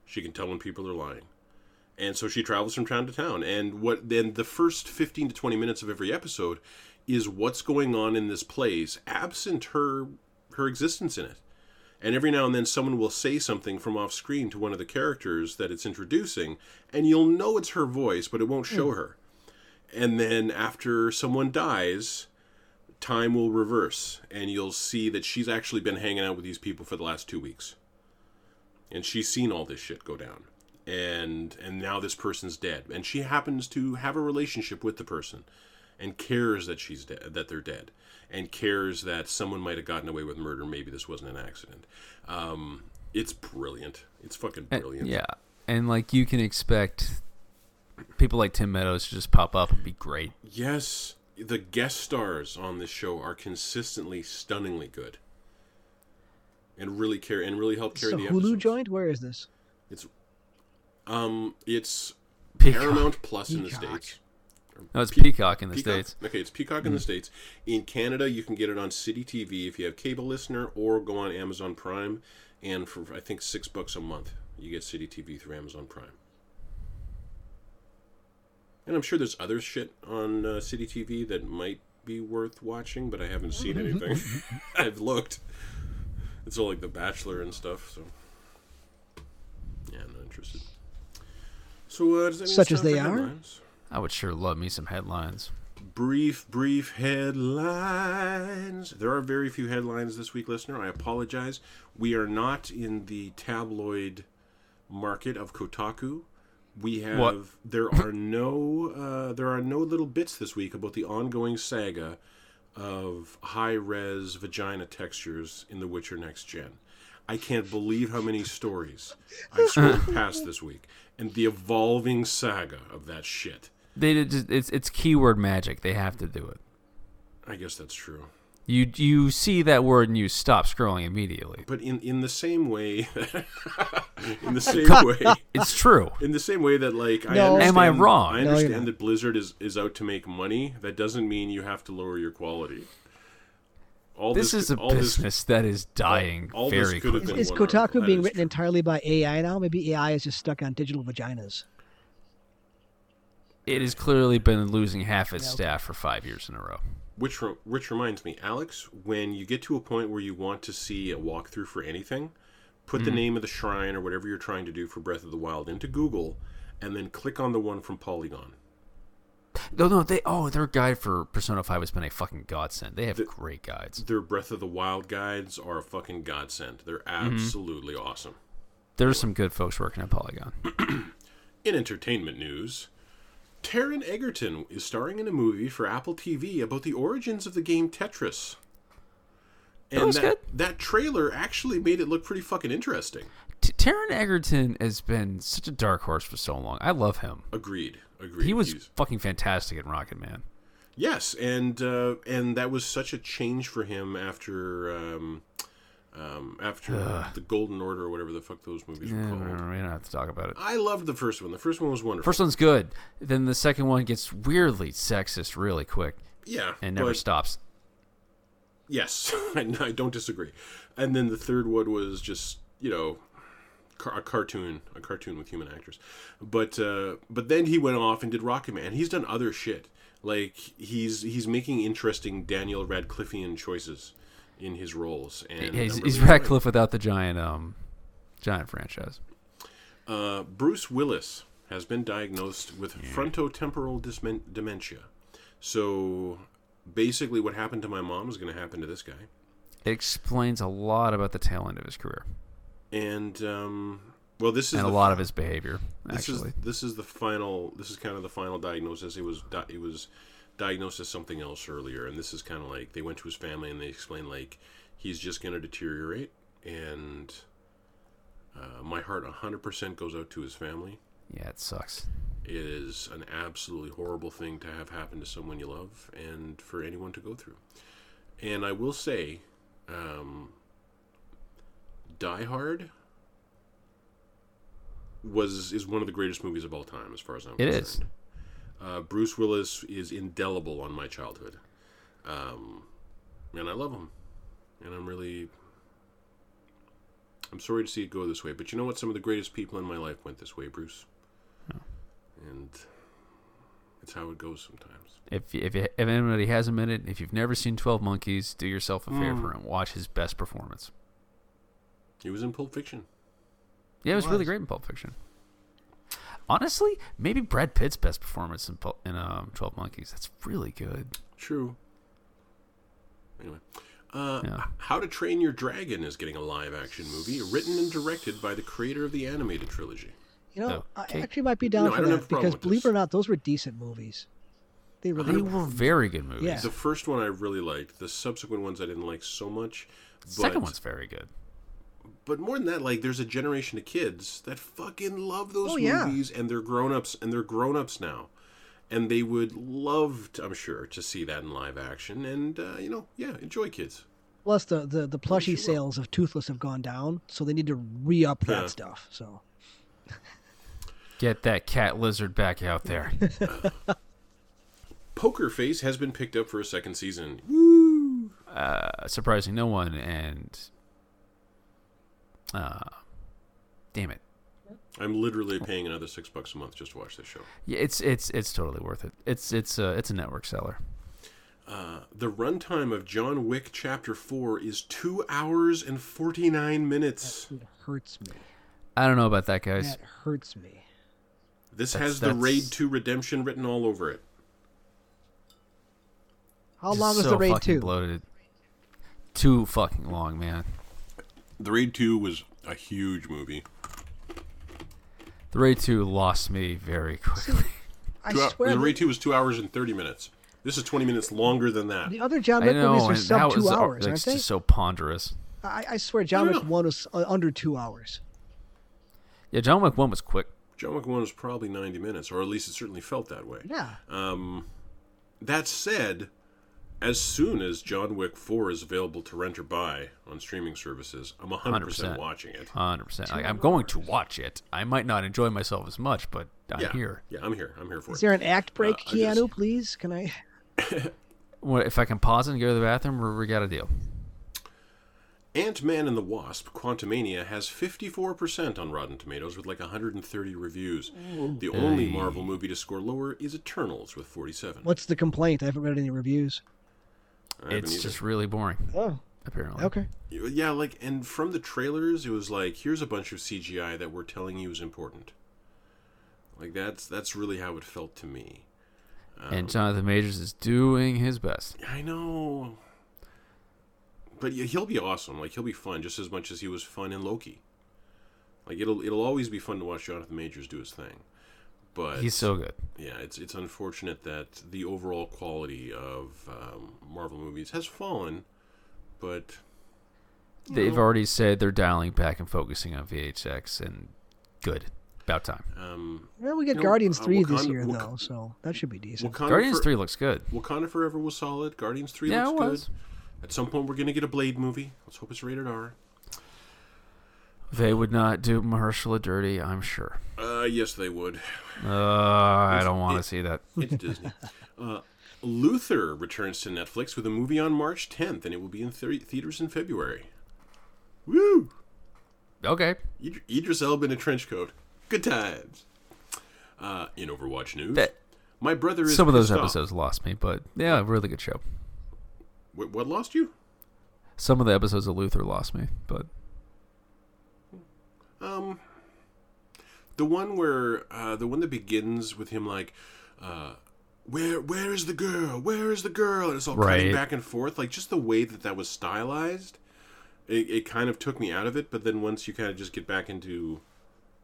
Speaker 1: she can tell when people are lying. And so she travels from town to town and what then the first 15 to 20 minutes of every episode is what's going on in this place absent her her existence in it. And every now and then, someone will say something from off screen to one of the characters that it's introducing, and you'll know it's her voice, but it won't show her. And then, after someone dies, time will reverse, and you'll see that she's actually been hanging out with these people for the last two weeks. And she's seen all this shit go down. And and now this person's dead, and she happens to have a relationship with the person, and cares that she's de- that they're dead, and cares that someone might have gotten away with murder. Maybe this wasn't an accident. Um, it's brilliant. It's fucking
Speaker 3: And-
Speaker 1: brilliant.
Speaker 3: Yeah, and like you can expect people like Tim Meadows to just pop up and be great.
Speaker 1: Yes, the guest stars on this show are consistently stunningly good, and really care and really help
Speaker 2: it's
Speaker 1: carry
Speaker 2: a
Speaker 1: the
Speaker 2: Hulu
Speaker 1: episode.
Speaker 2: joint? Where is this?
Speaker 1: It's um, it's
Speaker 3: Peacock.
Speaker 1: Paramount Plus in the
Speaker 2: Peacock.
Speaker 1: states.
Speaker 3: No, it's
Speaker 1: Pe-
Speaker 3: Peacock in the
Speaker 1: Peacock.
Speaker 3: states. Mm.
Speaker 1: Okay, it's Peacock in the States. In Canada, you can get it on City TV if you have cable listener or go on Amazon Prime. And for, I think, six bucks a month, you get City TV through Amazon Prime. And I'm sure there's other shit on uh, City TV that might be worth watching, but I haven't
Speaker 3: <laughs>
Speaker 1: seen anything. <laughs> I've looked. It's all like The Bachelor and stuff, so. Yeah, I'm not interested. So, uh, does that mean
Speaker 2: Such
Speaker 1: it's
Speaker 2: as
Speaker 1: time
Speaker 2: they
Speaker 1: for
Speaker 2: are?
Speaker 1: headlines?
Speaker 3: I would sure love me some headlines.
Speaker 1: brief, brief headlines. There are very few headlines this week, listener. I apologize. We are not in the tabloid market of Kotaku. We have
Speaker 3: What?
Speaker 1: there are no uh, there are no little bits this week about the ongoing saga of high res vagina textures in The Witcher Next Gen. I can't believe how many stories I've scrolled past this week and the evolving saga of that shit.
Speaker 3: They did just, it's it's keyword magic. They have to do it.
Speaker 1: I guess that's true.
Speaker 3: You you see that word and you stop scrolling immediately.
Speaker 1: But in, in the same way, <laughs> in the
Speaker 2: <laughs>
Speaker 1: same way,
Speaker 3: It's true.
Speaker 1: in the same way that like I
Speaker 2: No.
Speaker 1: understand,
Speaker 3: Am I
Speaker 1: I
Speaker 3: wrong?
Speaker 2: No, you're
Speaker 1: understand
Speaker 2: not.
Speaker 1: that Blizzard is, is out to make money. That doesn't mean you have to lower your quality. All
Speaker 3: This is a
Speaker 1: all this-
Speaker 3: business that is dying
Speaker 1: all this
Speaker 3: very
Speaker 1: could have
Speaker 3: quickly.
Speaker 2: Is,
Speaker 1: Then
Speaker 2: is
Speaker 1: what are-
Speaker 2: Kotaku
Speaker 1: that
Speaker 2: being
Speaker 1: is
Speaker 2: written
Speaker 1: true.
Speaker 2: entirely by AI now? Maybe AI is just stuck on digital vaginas.
Speaker 3: It has clearly been losing half its
Speaker 2: Yeah, okay.
Speaker 3: staff for five years in a row.
Speaker 1: which re- which reminds me, Alex, when you get to a point where you want to see a walkthrough for anything, put the
Speaker 3: Mm.
Speaker 1: name of the shrine or whatever you're trying to do for Breath of the Wild into Google, and then click on the one from Polygon.
Speaker 3: No, no, they. Oh, their guide for Persona Five has been a fucking godsend. They have great guides.
Speaker 1: Their Breath of the Wild guides are a fucking godsend. They're
Speaker 3: Mm-hmm.
Speaker 1: absolutely awesome.
Speaker 3: There's some good folks working at Polygon.
Speaker 1: In entertainment news, Taryn Egerton is starring in a movie for Apple TV about the origins of the game Tetris. And
Speaker 3: looks
Speaker 1: that, that trailer actually made it look pretty fucking interesting.
Speaker 3: T- Taron Egerton has been such a dark horse for so long. I love him.
Speaker 1: Agreed. Agreed.
Speaker 3: He was
Speaker 1: He's-
Speaker 3: fucking fantastic in Rocket Man.
Speaker 1: yes, and uh, and that was such a change for him after um, um, after the Golden Order or whatever the fuck those movies
Speaker 3: Eh,
Speaker 1: were
Speaker 3: We
Speaker 1: called.
Speaker 3: don't have to talk about it.
Speaker 1: I loved the first one. The first one was wonderful.
Speaker 3: First one's good. Then the second one gets weirdly sexist really quick
Speaker 1: yeah,
Speaker 3: and never
Speaker 1: but-
Speaker 3: stops.
Speaker 1: <laughs> Yes, I, I don't disagree. And then the third one was just, you know, car- a cartoon, a cartoon with human actors. But uh, but then he went off and did Rocket Man. He's done other shit. Like he's he's making interesting Daniel Radcliffean choices in his roles. And
Speaker 3: he's,
Speaker 1: I'm
Speaker 3: he's
Speaker 1: really
Speaker 3: Radcliffe without the giant um giant franchise.
Speaker 1: enjoying it. Uh, Bruce Willis has been diagnosed with frontotemporal dismen- dementia. So basically, what happened to my mom is going to happen to this guy.
Speaker 3: It explains a lot about the tail end of his career
Speaker 1: And um, well, this is
Speaker 3: and a
Speaker 1: the
Speaker 3: lot of his behavior.
Speaker 1: this
Speaker 3: Actually,
Speaker 1: is this is the final this is kind of the final diagnosis it was di- it was diagnosed as something else earlier and this is kind of like they went to his family and they explained like he's just going to deteriorate and uh, my heart 100% goes out to his family
Speaker 3: yeah, it sucks.
Speaker 1: it is an absolutely horrible thing to have happen to someone you love and for anyone to go through and i will say um, die hard was is one of the greatest movies of all time as far as i'm
Speaker 3: It
Speaker 1: concerned
Speaker 3: is.
Speaker 1: Uh, bruce willis is indelible on my childhood um, and i love him and i'm really i'm sorry to see it go this way but you know what some of the greatest people in my life went this way bruce and it's how it goes sometimes.
Speaker 3: If if, if anybody has a minute, if you've never seen Twelve Monkeys, do yourself a
Speaker 1: Hmm.
Speaker 3: favor and watch his best performance.
Speaker 1: He was in Pulp Fiction.
Speaker 3: Yeah, it was, really
Speaker 2: was.
Speaker 3: great in Pulp Fiction. Honestly, maybe Brad Pitt's best performance in, Pul- in um, Twelve Monkeys. That's really good.
Speaker 1: True. Anyway, uh,
Speaker 3: Yeah.
Speaker 1: How to Train Your Dragon is getting a live action movie written and directed by the creator of the animated trilogy.
Speaker 2: You know,
Speaker 3: Okay.
Speaker 2: I actually might be down
Speaker 1: No, I
Speaker 2: for
Speaker 1: don't have
Speaker 2: that
Speaker 1: a problem
Speaker 2: because
Speaker 1: with
Speaker 2: believe
Speaker 1: this.
Speaker 2: it or not, those were decent movies. They really
Speaker 3: They
Speaker 2: were.
Speaker 3: were very good movies.
Speaker 2: Yeah.
Speaker 1: The first one I really liked. The subsequent ones I didn't like so much. But,
Speaker 3: Second one's very good.
Speaker 1: But more than that, like there's a generation of kids that fucking love those
Speaker 2: Oh, yeah.
Speaker 1: movies, and they're grown ups, and they're grown ups now, and they would love, to, I'm sure, to see that in live action. And uh, you know, yeah, enjoy kids.
Speaker 2: Plus, the the, the plushie sales of Toothless have gone down, so they need to re up that
Speaker 1: Yeah.
Speaker 2: stuff. So
Speaker 3: Get that cat lizard back
Speaker 1: <laughs>
Speaker 3: out there.
Speaker 1: Poker Face has been picked up for a second season.
Speaker 3: uh, surprising no one and uh damn it
Speaker 1: I'm literally paying another six bucks a month just to watch this show.
Speaker 3: yeah it's it's it's totally worth it it's it's a it's a network seller
Speaker 1: Uh, the runtime of John Wick Chapter 4 is 2 hours and 49 minutes.
Speaker 2: it hurts me.
Speaker 3: i don't know about that guys
Speaker 2: That hurts me.
Speaker 1: This
Speaker 3: That's-
Speaker 1: has the
Speaker 3: that's-
Speaker 1: Raid 2 Redemption written all over it.
Speaker 2: How
Speaker 3: It's
Speaker 2: long was
Speaker 3: so
Speaker 2: the raid
Speaker 3: fucking
Speaker 2: two?
Speaker 3: bloated too fucking long man
Speaker 1: The Raid 2 was a huge movie.
Speaker 3: the raid 2 lost me
Speaker 2: <laughs>
Speaker 3: very quickly
Speaker 2: I
Speaker 1: Two hou-
Speaker 2: swear,
Speaker 1: the
Speaker 2: the,
Speaker 1: Raid 2 was 2 hours and 30 minutes. This is 20 minutes longer than that.
Speaker 2: the other John
Speaker 3: i
Speaker 2: Wick
Speaker 3: know
Speaker 2: movies are
Speaker 3: and that
Speaker 2: sub
Speaker 3: was
Speaker 2: two
Speaker 3: uh,
Speaker 2: hours,
Speaker 3: like,
Speaker 2: aren't
Speaker 3: it's
Speaker 2: they?
Speaker 3: just so ponderous
Speaker 2: I, I swear, John Wick
Speaker 1: know.
Speaker 2: one was uh, under two hours.
Speaker 3: yeah john wick 1 was quick
Speaker 1: John Wick 1 was probably 90 minutes, or at least it certainly felt that way.
Speaker 2: Yeah,
Speaker 1: Um, that said, as soon as John Wick 4 is available to rent or buy on streaming services, I'm 100%,
Speaker 3: 100%.
Speaker 1: watching it.
Speaker 3: 100% like, i'm going to watch it i might not enjoy myself as much but i'm
Speaker 1: yeah.
Speaker 3: here
Speaker 1: Yeah, I'm here. I'm here for
Speaker 2: is
Speaker 1: it.
Speaker 2: there an act break,
Speaker 1: I
Speaker 2: Keanu?
Speaker 1: just-
Speaker 2: Please, can I?
Speaker 3: what, if i can pause it and go to the bathroom we- we got a deal
Speaker 1: Ant Man and the Wasp, Quantumania, has 54% on Rotten Tomatoes with like 130 reviews. The only Marvel movie to score lower is Eternals with 47.
Speaker 2: What's the complaint? I haven't read any reviews.
Speaker 1: I haven't
Speaker 3: it's
Speaker 1: either.
Speaker 3: just really boring
Speaker 2: Oh,
Speaker 3: apparently
Speaker 2: okay.
Speaker 1: Yeah, like, and from the trailers, it was like, here's a bunch of CGI that we're telling you is important. Like, that's that's really how it felt to me.
Speaker 3: and Jonathan Majors is doing his best.
Speaker 1: I know. But yeah, he'll be awesome. Like he'll be fun just as much as he was fun in Loki. Like it'll it'll always be fun to watch Jonathan Majors do his thing. But
Speaker 3: He's so good.
Speaker 1: yeah, it's it's unfortunate that the overall quality of um, Marvel movies has fallen. But
Speaker 3: They've already said they're dialing back and focusing on VHX, and good. About time.
Speaker 1: um,
Speaker 2: Well, we get
Speaker 1: You know,
Speaker 2: Guardians
Speaker 1: uh,
Speaker 2: three this
Speaker 1: Wakanda-
Speaker 2: year
Speaker 1: Wak-
Speaker 2: though, so that should be decent.
Speaker 1: Wakanda
Speaker 3: Guardians
Speaker 1: for-
Speaker 3: 3 looks good.
Speaker 1: Wakanda Forever was solid. Guardians Three
Speaker 3: Yeah,
Speaker 1: looks
Speaker 3: it was.
Speaker 1: good. At some point, we're gonna get a Blade movie. Let's hope it's rated R.
Speaker 3: They would not do Mahershala dirty, I'm sure.
Speaker 1: Uh, yes, they would.
Speaker 3: Uh, I don't want to
Speaker 1: it-
Speaker 3: see that. <laughs>
Speaker 1: It's Disney. Uh, Luther returns to Netflix with a movie on March 10th, and it will be in thir- theaters in February. Woo!
Speaker 3: okay.
Speaker 1: Id- Idris Elba in a trench coat. Good times. Uh, in Overwatch news,
Speaker 3: That-
Speaker 1: my brother is
Speaker 3: Some of those
Speaker 1: pissed off.
Speaker 3: episodes lost me, but yeah, really good show.
Speaker 1: Wait, what lost you?
Speaker 3: Some of the episodes of Luther lost me, but
Speaker 1: Um, the one where uh, the one that begins with him like, uh, where where is the girl? Where is the girl? And it's all cutting
Speaker 3: Right.
Speaker 1: back and forth. Like just the way that that was stylized, it, it kind of took me out of it. But then once you kind of just get back into,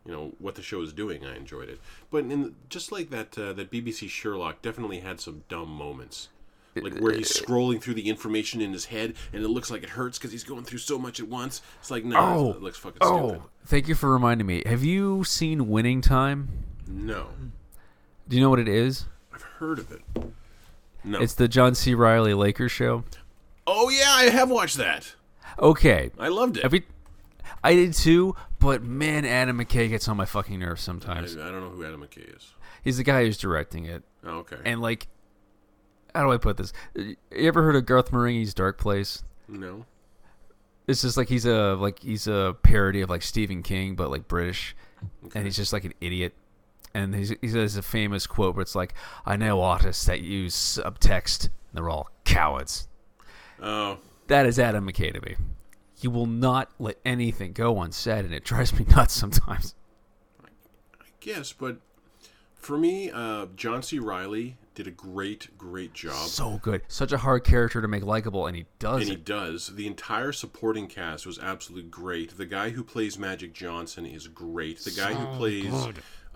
Speaker 1: you know, what the show is doing, I enjoyed it. But in just like that uh, that BBC Sherlock definitely had some dumb moments. Like where
Speaker 3: Uh,
Speaker 1: he's scrolling through the information in his head, and it looks like it hurts because he's going through so much at once. It's like no,
Speaker 3: Oh.
Speaker 1: it looks fucking stupid.
Speaker 3: oh, thank you for reminding me. Have you seen Winning Time?
Speaker 1: No.
Speaker 3: Do you know what it is?
Speaker 1: I've heard of it. No.
Speaker 3: It's the John C. Riley Lakers show.
Speaker 1: oh yeah, I have watched that.
Speaker 3: Okay,
Speaker 1: I loved it.
Speaker 3: every I did too, but man, Adam McKay gets on my fucking nerves
Speaker 1: I, I
Speaker 3: sometimes.
Speaker 1: don't know who Adam McKay is.
Speaker 3: He's the guy who's directing it,
Speaker 1: Oh, okay.
Speaker 3: and like, how do I put this? You ever heard of Garth Marenghi's Dark Place?
Speaker 1: no.
Speaker 3: It's just like he's a like he's a parody of like Stephen King, but like British, and he's just like an idiot. And he's, he says a famous quote where it's like, "I know artists that use subtext, and they're all cowards."
Speaker 1: Oh,
Speaker 3: That is Adam McKay to me. He will not let anything go unsaid, and it drives me <laughs> nuts sometimes.
Speaker 1: I guess. But for me, uh, John C. Riley did a great, great job.
Speaker 3: So good, such a hard character to make likable, and he does
Speaker 1: Um, and he
Speaker 3: it.
Speaker 1: does. The entire supporting cast was absolutely great. The guy who plays Magic Johnson is great. The guy who plays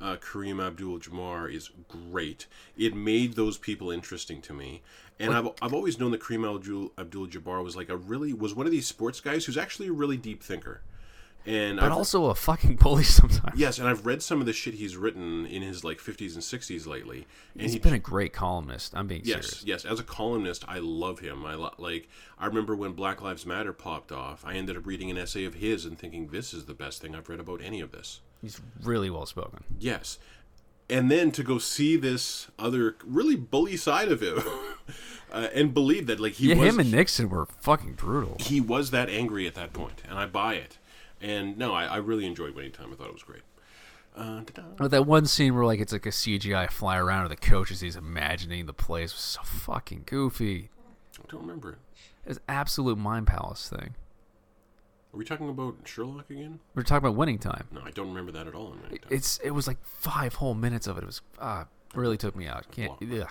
Speaker 1: uh, Kareem Abdul-Jabbar is great. It made those people interesting to me. And I've, I've always known that Kareem Abdul- Abdul-Jabbar was like a really was one of these sports guys who's actually a really deep thinker. And
Speaker 3: but
Speaker 1: I've-
Speaker 3: also a fucking <laughs> bully sometimes.
Speaker 1: yes, and I've read some of the shit he's written in his like 50s and 60s lately. And
Speaker 3: he's
Speaker 1: he
Speaker 3: been a great columnist. I'm being
Speaker 1: Yes,
Speaker 3: serious.
Speaker 1: yes. As a columnist, I love him. I lo- like. I remember when Black Lives Matter popped off. I ended up reading an essay of his and thinking this is the best thing I've read about any of this.
Speaker 3: He's really well spoken.
Speaker 1: Yes, and then to go see this other really bully side of him, <laughs> uh, and believe that like he
Speaker 3: Yeah,
Speaker 1: was
Speaker 3: him and Nixon were fucking brutal.
Speaker 1: he was that angry at that point, and I buy it. And no, I, I really enjoyed Winning Time. I thought it was great. Uh, da-da.
Speaker 3: But that one scene where like it's like a CGI fly around or the coach as he's imagining the place was so fucking goofy.
Speaker 1: I don't remember it.
Speaker 3: It's absolute mind palace thing.
Speaker 1: Are we talking about Sherlock again?
Speaker 3: We are talking about winning time.
Speaker 1: No, I don't remember that at all. In Winning Time.
Speaker 3: It's it was like five whole minutes of it. It was ah really took me out. Can't. Ugh.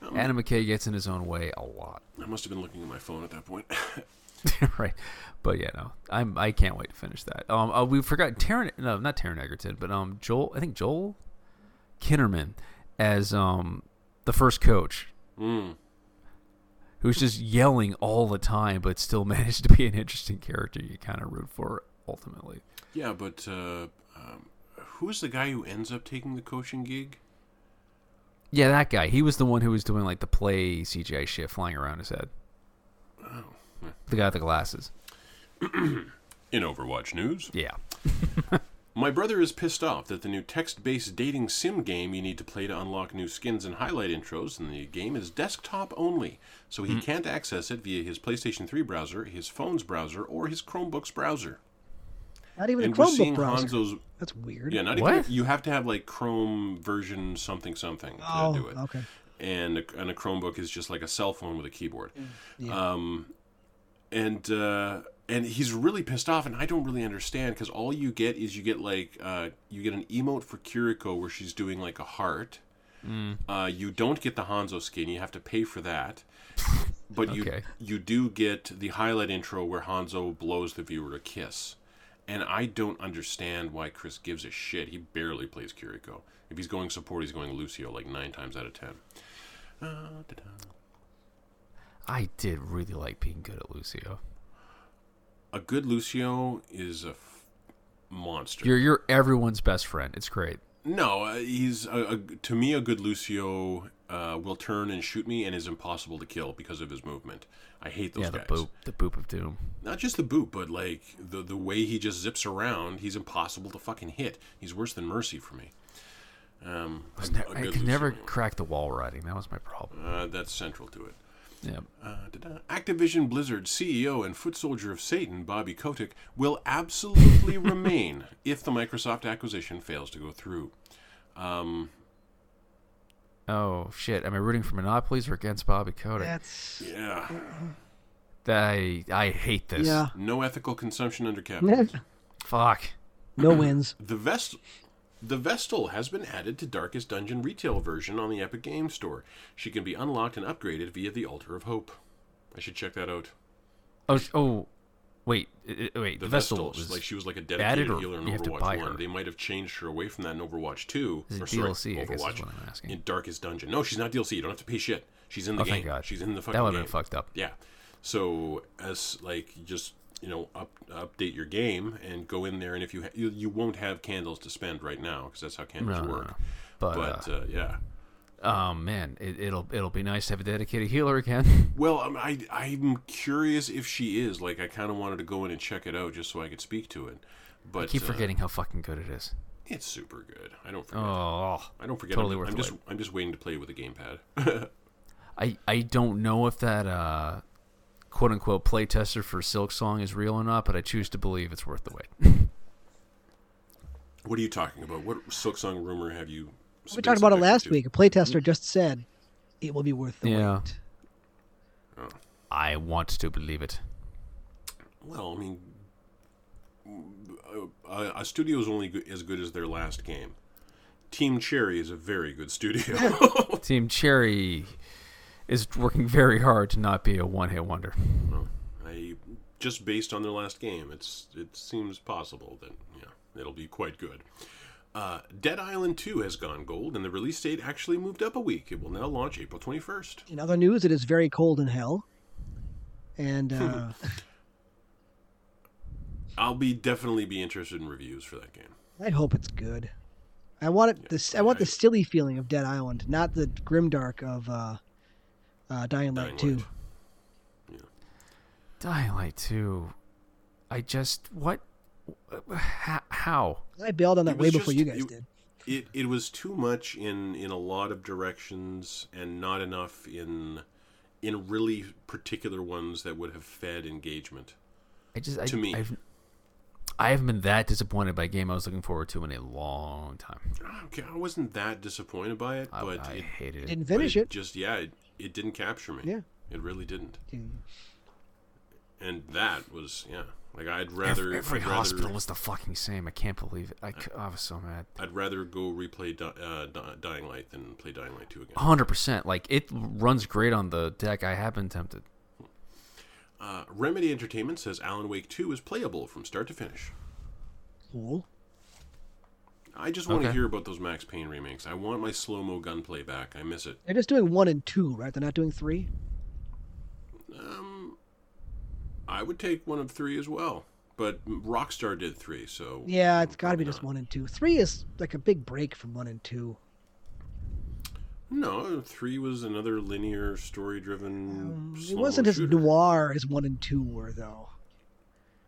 Speaker 1: Um,
Speaker 3: Adam McKay gets in his own way a lot,
Speaker 1: I must have been looking at my phone at that point. <laughs>
Speaker 3: <laughs> right? But yeah, no, I'm I can't wait to finish that. Um, oh, we forgot Taron. No, not Taron Egerton, but um, Joel. I think Joel Kinnerman as um the first coach
Speaker 1: mm.
Speaker 3: who's just yelling all the time, but still <laughs> managed to be an interesting character you kind of root for ultimately.
Speaker 1: Yeah, but uh, um, who's the guy who ends up taking the coaching gig?
Speaker 3: Yeah, that guy. He was the one who was doing like the play CGI shit flying around his head. The guy with the glasses.
Speaker 1: In Overwatch news,
Speaker 3: Yeah.
Speaker 1: my brother is pissed off that the new text-based dating sim game you need to play to unlock new skins and highlight intros in the game is desktop only, so he can't access it via his PlayStation 3 browser, his phone's browser, or his Chromebook's browser.
Speaker 2: Not even
Speaker 1: and
Speaker 2: a
Speaker 1: we're
Speaker 2: Chromebook
Speaker 1: seeing
Speaker 2: browser.
Speaker 1: Hanzo's
Speaker 2: That's weird.
Speaker 1: yeah, not
Speaker 3: What?
Speaker 1: even you have to have like Chrome version something something to
Speaker 2: oh,
Speaker 1: do it.
Speaker 2: okay.
Speaker 1: and a, and a Chromebook is just like a cell phone with a keyboard. Um, and uh, and he's really pissed off, and I don't really understand because all you get is you get like uh, you get an emote for Kiriko where she's doing like a heart. Uh, you don't get the Hanzo skin; you have to pay for that. But
Speaker 3: Okay.
Speaker 1: you you do get the highlight intro where Hanzo blows the viewer a kiss. And I don't understand why Chris gives a shit. He barely plays Kiriko. If he's going support, he's going Lucio like nine times out of ten. Uh, da-da.
Speaker 3: I did really like being good at Lucio.
Speaker 1: A good Lucio is a f- monster.
Speaker 3: You're you're everyone's best friend. It's great.
Speaker 1: no, uh, he's a, a, to me a good Lucio uh, will turn and shoot me and is impossible to kill because of his movement. I hate those
Speaker 3: yeah, the
Speaker 1: guys.
Speaker 3: boop, the boop of doom.
Speaker 1: Not just the boot, but like the the way he just zips around, he's impossible to fucking hit. He's worse than Mercy for me. Um, a-
Speaker 3: I
Speaker 1: a
Speaker 3: could
Speaker 1: good
Speaker 3: never
Speaker 1: Lucio.
Speaker 3: crack the wall riding. That was my problem.
Speaker 1: Uh, that's central to it.
Speaker 3: Yeah.
Speaker 1: Uh, da-da. Activision Blizzard CEO and foot soldier of Satan, Bobby Kotick, will absolutely remain if the Microsoft acquisition fails to go through. Um,
Speaker 3: Oh shit! Am I rooting for monopolies or against Bobby Kotick?
Speaker 2: That's
Speaker 1: yeah.
Speaker 3: I I hate this.
Speaker 2: yeah.
Speaker 1: No ethical consumption under capitalism.
Speaker 3: Fuck.
Speaker 2: no wins.
Speaker 1: The Vest the Vestal has been added to Darkest Dungeon retail version on the Epic Games Store. She can be unlocked and upgraded via the Altar of Hope. I should check that out.
Speaker 3: Oh sh- oh, wait i- i- wait.
Speaker 1: The,
Speaker 3: The,
Speaker 1: Vestal,
Speaker 3: vessel
Speaker 1: is
Speaker 3: was
Speaker 1: like she was like a
Speaker 3: added
Speaker 1: dedicated
Speaker 3: or
Speaker 1: healer in
Speaker 3: you have to buy
Speaker 1: Overwatch
Speaker 3: her?
Speaker 1: One. They might have changed her away from that in Overwatch Two.
Speaker 3: Is it
Speaker 1: or sorry,
Speaker 3: DLC, I guess is
Speaker 1: Overwatch
Speaker 3: what I'm asking.
Speaker 1: in Darkest Dungeon. No, she's not DLC. You don't have to pay shit. She's in the
Speaker 3: oh
Speaker 1: game.
Speaker 3: thank God.
Speaker 1: She's in the fucking
Speaker 3: That would
Speaker 1: game.
Speaker 3: have been fucked up.
Speaker 1: Yeah. So as like you just you know up, update your game and go in there, and if you ha- you, you won't have candles to spend right now because that's how candles
Speaker 3: No, no,
Speaker 1: work.
Speaker 3: no. But,
Speaker 1: But uh, yeah.
Speaker 3: uh, oh man, it, it'll it'll be nice to have a dedicated healer again.
Speaker 1: Well, um, I I'm curious if she is like I kind of wanted to go in and check it out just so I could speak to it. But
Speaker 3: <laughs> Keep
Speaker 1: uh,
Speaker 3: forgetting how fucking good it is.
Speaker 1: it's super good. I don't forget.
Speaker 3: Oh,
Speaker 1: I don't forget.
Speaker 3: totally
Speaker 1: I'm,
Speaker 3: worth
Speaker 1: I'm
Speaker 3: the
Speaker 1: just
Speaker 3: wait.
Speaker 1: I'm just waiting to play with a gamepad. <laughs>
Speaker 3: I I don't know if that uh, quote unquote play tester for Silk Song is real or not, but I choose to believe it's worth the wait.
Speaker 1: what are you talking about? What Silk Song rumor have you?
Speaker 2: <laughs> We
Speaker 1: been
Speaker 2: talked about it
Speaker 1: subjected
Speaker 2: last
Speaker 1: to?
Speaker 2: week. A playtester just said it will be worth the
Speaker 3: Yeah.
Speaker 2: wait.
Speaker 3: I want to believe it.
Speaker 1: Well, I mean, a, a studio is only good, as good as their last game. Team Cherry is a very good studio.
Speaker 2: <laughs>
Speaker 3: Team Cherry is working very hard to not be a one-hit wonder.
Speaker 1: I just based on their last game, it's it seems possible that yeah, it'll be quite good. Uh, Dead Island 2 has gone gold, and the release date actually moved up a week. It will now launch April 21st.
Speaker 2: In other news, it is very cold in hell. And uh,
Speaker 1: I'll be definitely be interested in reviews for that game.
Speaker 2: I hope it's good. I want it. This I want the silly feeling of Dead Island, not the grimdark of uh, uh, Dying Light
Speaker 1: Dying
Speaker 2: Two.
Speaker 1: Light.
Speaker 3: Dying Light 2. I just what? How? how?
Speaker 2: I bailed on that
Speaker 1: It
Speaker 2: way
Speaker 1: was
Speaker 2: before
Speaker 1: just-
Speaker 2: you guys
Speaker 1: it-
Speaker 2: did.
Speaker 1: It it was too much in in a lot of directions and not enough in in really particular ones that would have fed engagement.
Speaker 3: I just I,
Speaker 1: To me.
Speaker 3: I've, I haven't been that disappointed by a game I was looking forward to in a long time.
Speaker 1: Okay, I wasn't that disappointed by it,
Speaker 3: I,
Speaker 1: but
Speaker 3: I
Speaker 1: it,
Speaker 3: hated it.
Speaker 2: Didn't
Speaker 1: but
Speaker 2: finish it.
Speaker 1: Just yeah, it, it didn't capture me.
Speaker 2: Yeah.
Speaker 1: it really didn't. And that was yeah. Like I'd rather
Speaker 3: Every, every
Speaker 1: I'd rather-
Speaker 3: hospital was the fucking same. I can't believe it. I, c- I was so mad.
Speaker 1: I'd rather go replay Di- uh, Di- Dying Light than play Dying Light two again.
Speaker 3: hundred percent. Like it runs great on the deck. I have been tempted.
Speaker 1: Uh, Remedy Entertainment says Alan Wake two is playable from start to finish.
Speaker 2: Cool.
Speaker 1: I just want to
Speaker 3: Okay.
Speaker 1: hear about those Max Payne remakes. I want my slow mo gunplay back. I miss it.
Speaker 2: They're just doing one and two, right? They're not doing three.
Speaker 1: Um, I would take one of three as well, but Rockstar did three, so
Speaker 2: Yeah, it's got to
Speaker 1: probably
Speaker 2: be just
Speaker 1: not.
Speaker 2: one and two. Three is like a big break from one and two.
Speaker 1: No, three was another linear, story-driven.
Speaker 2: Um, it
Speaker 1: slow-mo
Speaker 2: wasn't as
Speaker 1: shooter.
Speaker 2: noir as one and two were, though.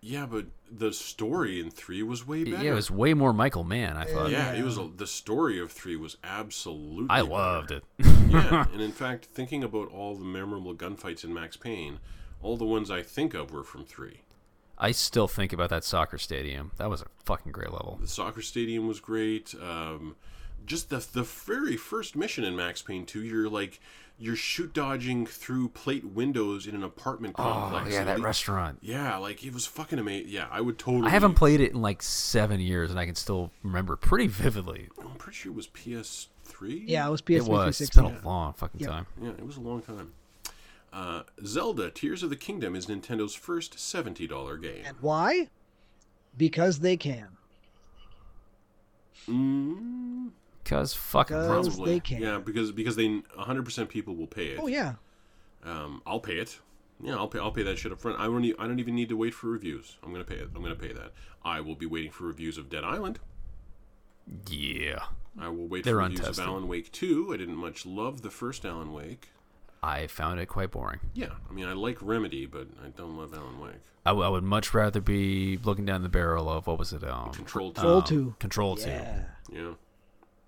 Speaker 1: Yeah, but the story in three was way better.
Speaker 3: Yeah, it was way more Michael Mann. I thought.
Speaker 1: Yeah, it was. A, the story of three was absolutely.
Speaker 3: I
Speaker 1: better.
Speaker 3: loved it. <laughs>
Speaker 1: yeah, and in fact, thinking about all the memorable gunfights in Max Payne, all the ones I think of were from three.
Speaker 3: I still think about that soccer stadium. That was a fucking great level.
Speaker 1: The soccer stadium was great. Um, just the the very first mission in Max Payne 2, you're like you're shoot dodging through plate windows in an apartment
Speaker 3: Oh
Speaker 1: complex.
Speaker 3: yeah, that
Speaker 1: Le-
Speaker 3: restaurant.
Speaker 1: Yeah, like it was fucking amazing. Yeah, I would totally.
Speaker 3: I haven't played it in like seven years, and I can still remember pretty vividly.
Speaker 1: I'm pretty sure it was PS3.
Speaker 2: Yeah, it was
Speaker 3: It
Speaker 2: PS3
Speaker 3: was. It's
Speaker 2: 360.
Speaker 3: been a long fucking
Speaker 2: Yep.
Speaker 3: time.
Speaker 1: yeah, it was a long time. Uh, Zelda: Tears of the Kingdom is Nintendo's first seventy dollar game.
Speaker 2: And why? Because they can.
Speaker 1: Mm,
Speaker 3: Cause fucking
Speaker 2: Cause-
Speaker 3: rules.
Speaker 1: probably.
Speaker 2: they can.
Speaker 1: Yeah, because because they hundred percent people will pay it.
Speaker 2: Oh yeah,
Speaker 1: Um, I'll pay it. Yeah, I'll pay. I'll pay that shit up front. I don't. e- I don't even need to wait for reviews. I'm gonna pay it. I'm gonna pay that. I will be waiting for reviews of Dead Island.
Speaker 3: Yeah,
Speaker 1: I will wait
Speaker 3: They're
Speaker 1: for reviews
Speaker 3: untested.
Speaker 1: of Alan Wake 2. I didn't much love the first Alan Wake.
Speaker 3: I found it quite boring.
Speaker 1: Yeah, I mean I like Remedy, but I don't love Alan Wake.
Speaker 3: I, w- I would much rather be looking down the barrel of what was it? Um,
Speaker 1: Control two.
Speaker 2: Control two.
Speaker 3: Control two.
Speaker 2: yeah.
Speaker 1: Yeah,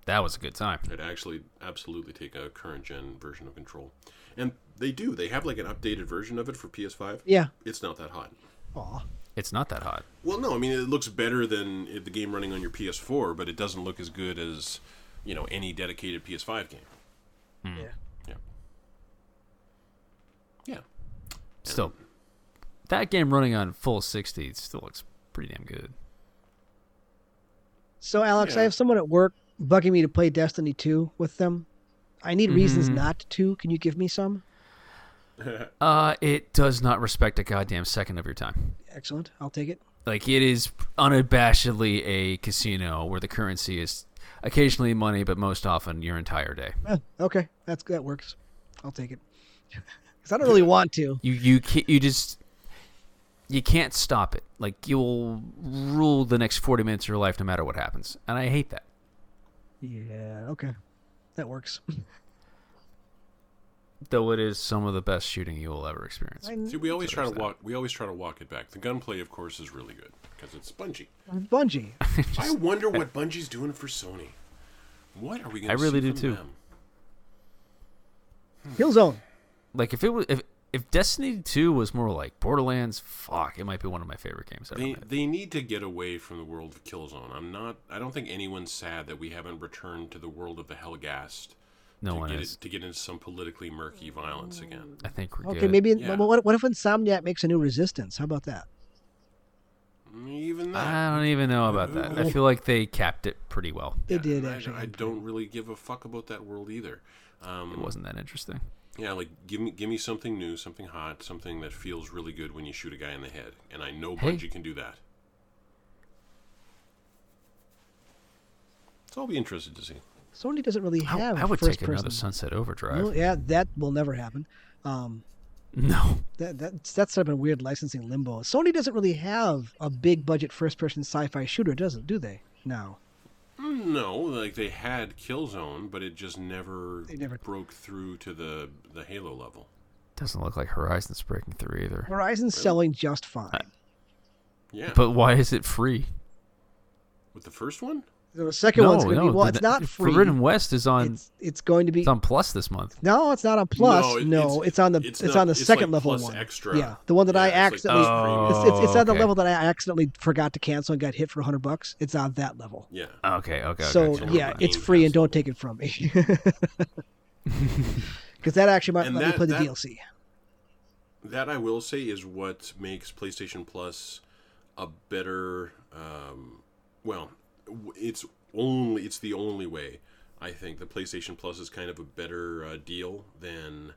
Speaker 3: That was a good time.
Speaker 1: I'd actually absolutely take a current gen version of Control. and they do. They have like an updated version of it for PS5.
Speaker 2: Yeah.
Speaker 1: It's not that hot.
Speaker 2: Aw.
Speaker 3: It's not that hot.
Speaker 1: Well, no, I mean it looks better than it- the game running on your PS4, but it doesn't look as good as you know any dedicated PS5 game.
Speaker 3: Hmm.
Speaker 2: Yeah.
Speaker 1: Yeah. Yeah.
Speaker 3: Still, that game running on full 60 still looks pretty damn good.
Speaker 2: So Alex,
Speaker 1: Yeah.
Speaker 2: I have someone at work bugging me to play Destiny 2 with them. I
Speaker 1: Mm-hmm.
Speaker 2: need reasons not to. Can you give me some?
Speaker 3: Uh, it does not respect a goddamn second of your time.
Speaker 2: Excellent. I'll take it.
Speaker 3: Like it is unabashedly a casino where the currency is occasionally money, but most often your entire day.
Speaker 2: Eh, okay, that's that works. I'll take it. <laughs> Cuz I don't really want to.
Speaker 3: You you can't, you just you can't stop it. Like you'll rule the next forty minutes of your life, no matter what happens. And I hate that.
Speaker 2: Yeah, okay.
Speaker 1: <laughs>
Speaker 2: That works.
Speaker 3: Though it is some of the best shooting you will ever experience.
Speaker 2: I-
Speaker 1: See, we always
Speaker 3: So
Speaker 1: try to
Speaker 3: there's that.
Speaker 1: walk. We always try to walk it back. The gunplay, of course, is really good because it's Bungie.
Speaker 2: Bungie.
Speaker 1: I wonder
Speaker 3: <laughs>
Speaker 1: what Bungie's doing for Sony. What are we going
Speaker 3: I
Speaker 1: to
Speaker 3: really do too.
Speaker 2: Killzone.
Speaker 3: Like if it was if if Destiny Two was more like Borderlands, fuck, it might be one of my favorite games ever.
Speaker 1: They
Speaker 3: made.
Speaker 1: they need to get away from the world of Killzone. I'm not. I don't think anyone's sad that we haven't returned to the world of the Hellgast
Speaker 3: No
Speaker 1: to
Speaker 3: one
Speaker 1: get
Speaker 3: is.
Speaker 1: it, to get into some politically murky violence again.
Speaker 3: I think we're
Speaker 2: Okay,
Speaker 3: good.
Speaker 2: maybe
Speaker 1: Yeah.
Speaker 2: well, what, what if Insomniac makes a new Resistance? How about that?
Speaker 1: Even that.
Speaker 3: I don't even know about that. I feel like they capped it pretty well.
Speaker 2: They
Speaker 1: Yeah,
Speaker 2: did
Speaker 1: I-
Speaker 2: actually.
Speaker 1: I, don't really give a fuck about that world either. Um,
Speaker 3: It wasn't that interesting.
Speaker 1: Yeah, like give me give me something new, something hot, something that feels really good when you shoot a guy in the head, and I know
Speaker 3: Hey.
Speaker 1: Bungie can do that. So I'll be interested to see.
Speaker 2: Sony doesn't really
Speaker 3: I-
Speaker 2: have
Speaker 3: I, would
Speaker 2: first
Speaker 3: take another
Speaker 2: person.
Speaker 3: Sunset Overdrive.
Speaker 2: No, yeah, that will never happen. Um,
Speaker 3: No,
Speaker 2: that, that that's sort of a weird licensing limbo. Sony doesn't really have a big budget first person sci fi shooter, does it? Do they? No.
Speaker 1: No, like they had Killzone, but it just never,
Speaker 2: They never-
Speaker 1: broke through to the the Halo level.
Speaker 3: doesn't look like Horizon's breaking through either.
Speaker 2: Horizon's selling just fine.
Speaker 1: Yeah,
Speaker 3: But why is it free?
Speaker 1: with the first one,
Speaker 2: The second one's going to be well,
Speaker 3: the-
Speaker 2: it's
Speaker 3: the-
Speaker 2: not free.
Speaker 3: Forbidden West is on
Speaker 2: It's it's going to be
Speaker 3: it's on Plus this month.
Speaker 2: no, it's not on Plus. No,
Speaker 1: it-
Speaker 2: it's, on the it's,
Speaker 1: it's not-
Speaker 2: on the
Speaker 1: it's
Speaker 2: second
Speaker 1: like
Speaker 2: level
Speaker 1: Plus
Speaker 2: one.
Speaker 1: Extra.
Speaker 2: Yeah, the one that
Speaker 1: Yeah,
Speaker 2: I
Speaker 1: it's like
Speaker 2: accidentally.
Speaker 1: Plus
Speaker 3: Oh.
Speaker 1: Premium.
Speaker 2: <laughs> it's, it's, it's on the
Speaker 3: okay.
Speaker 2: level that I accidentally forgot to cancel and got hit for hundred bucks. It's on that level.
Speaker 1: yeah.
Speaker 3: Okay, okay.
Speaker 2: so
Speaker 3: gotcha.
Speaker 2: yeah,
Speaker 1: Game
Speaker 2: it's free and
Speaker 1: Pass.
Speaker 2: don't take it from me. <laughs> Because that actually might
Speaker 1: And
Speaker 2: let me
Speaker 1: that-
Speaker 2: play
Speaker 1: that-
Speaker 2: the DLC.
Speaker 1: That I will say is what makes PlayStation Plus a better. Um, well, w- it's only it's the only way. I think the PlayStation Plus is kind of a better uh, deal than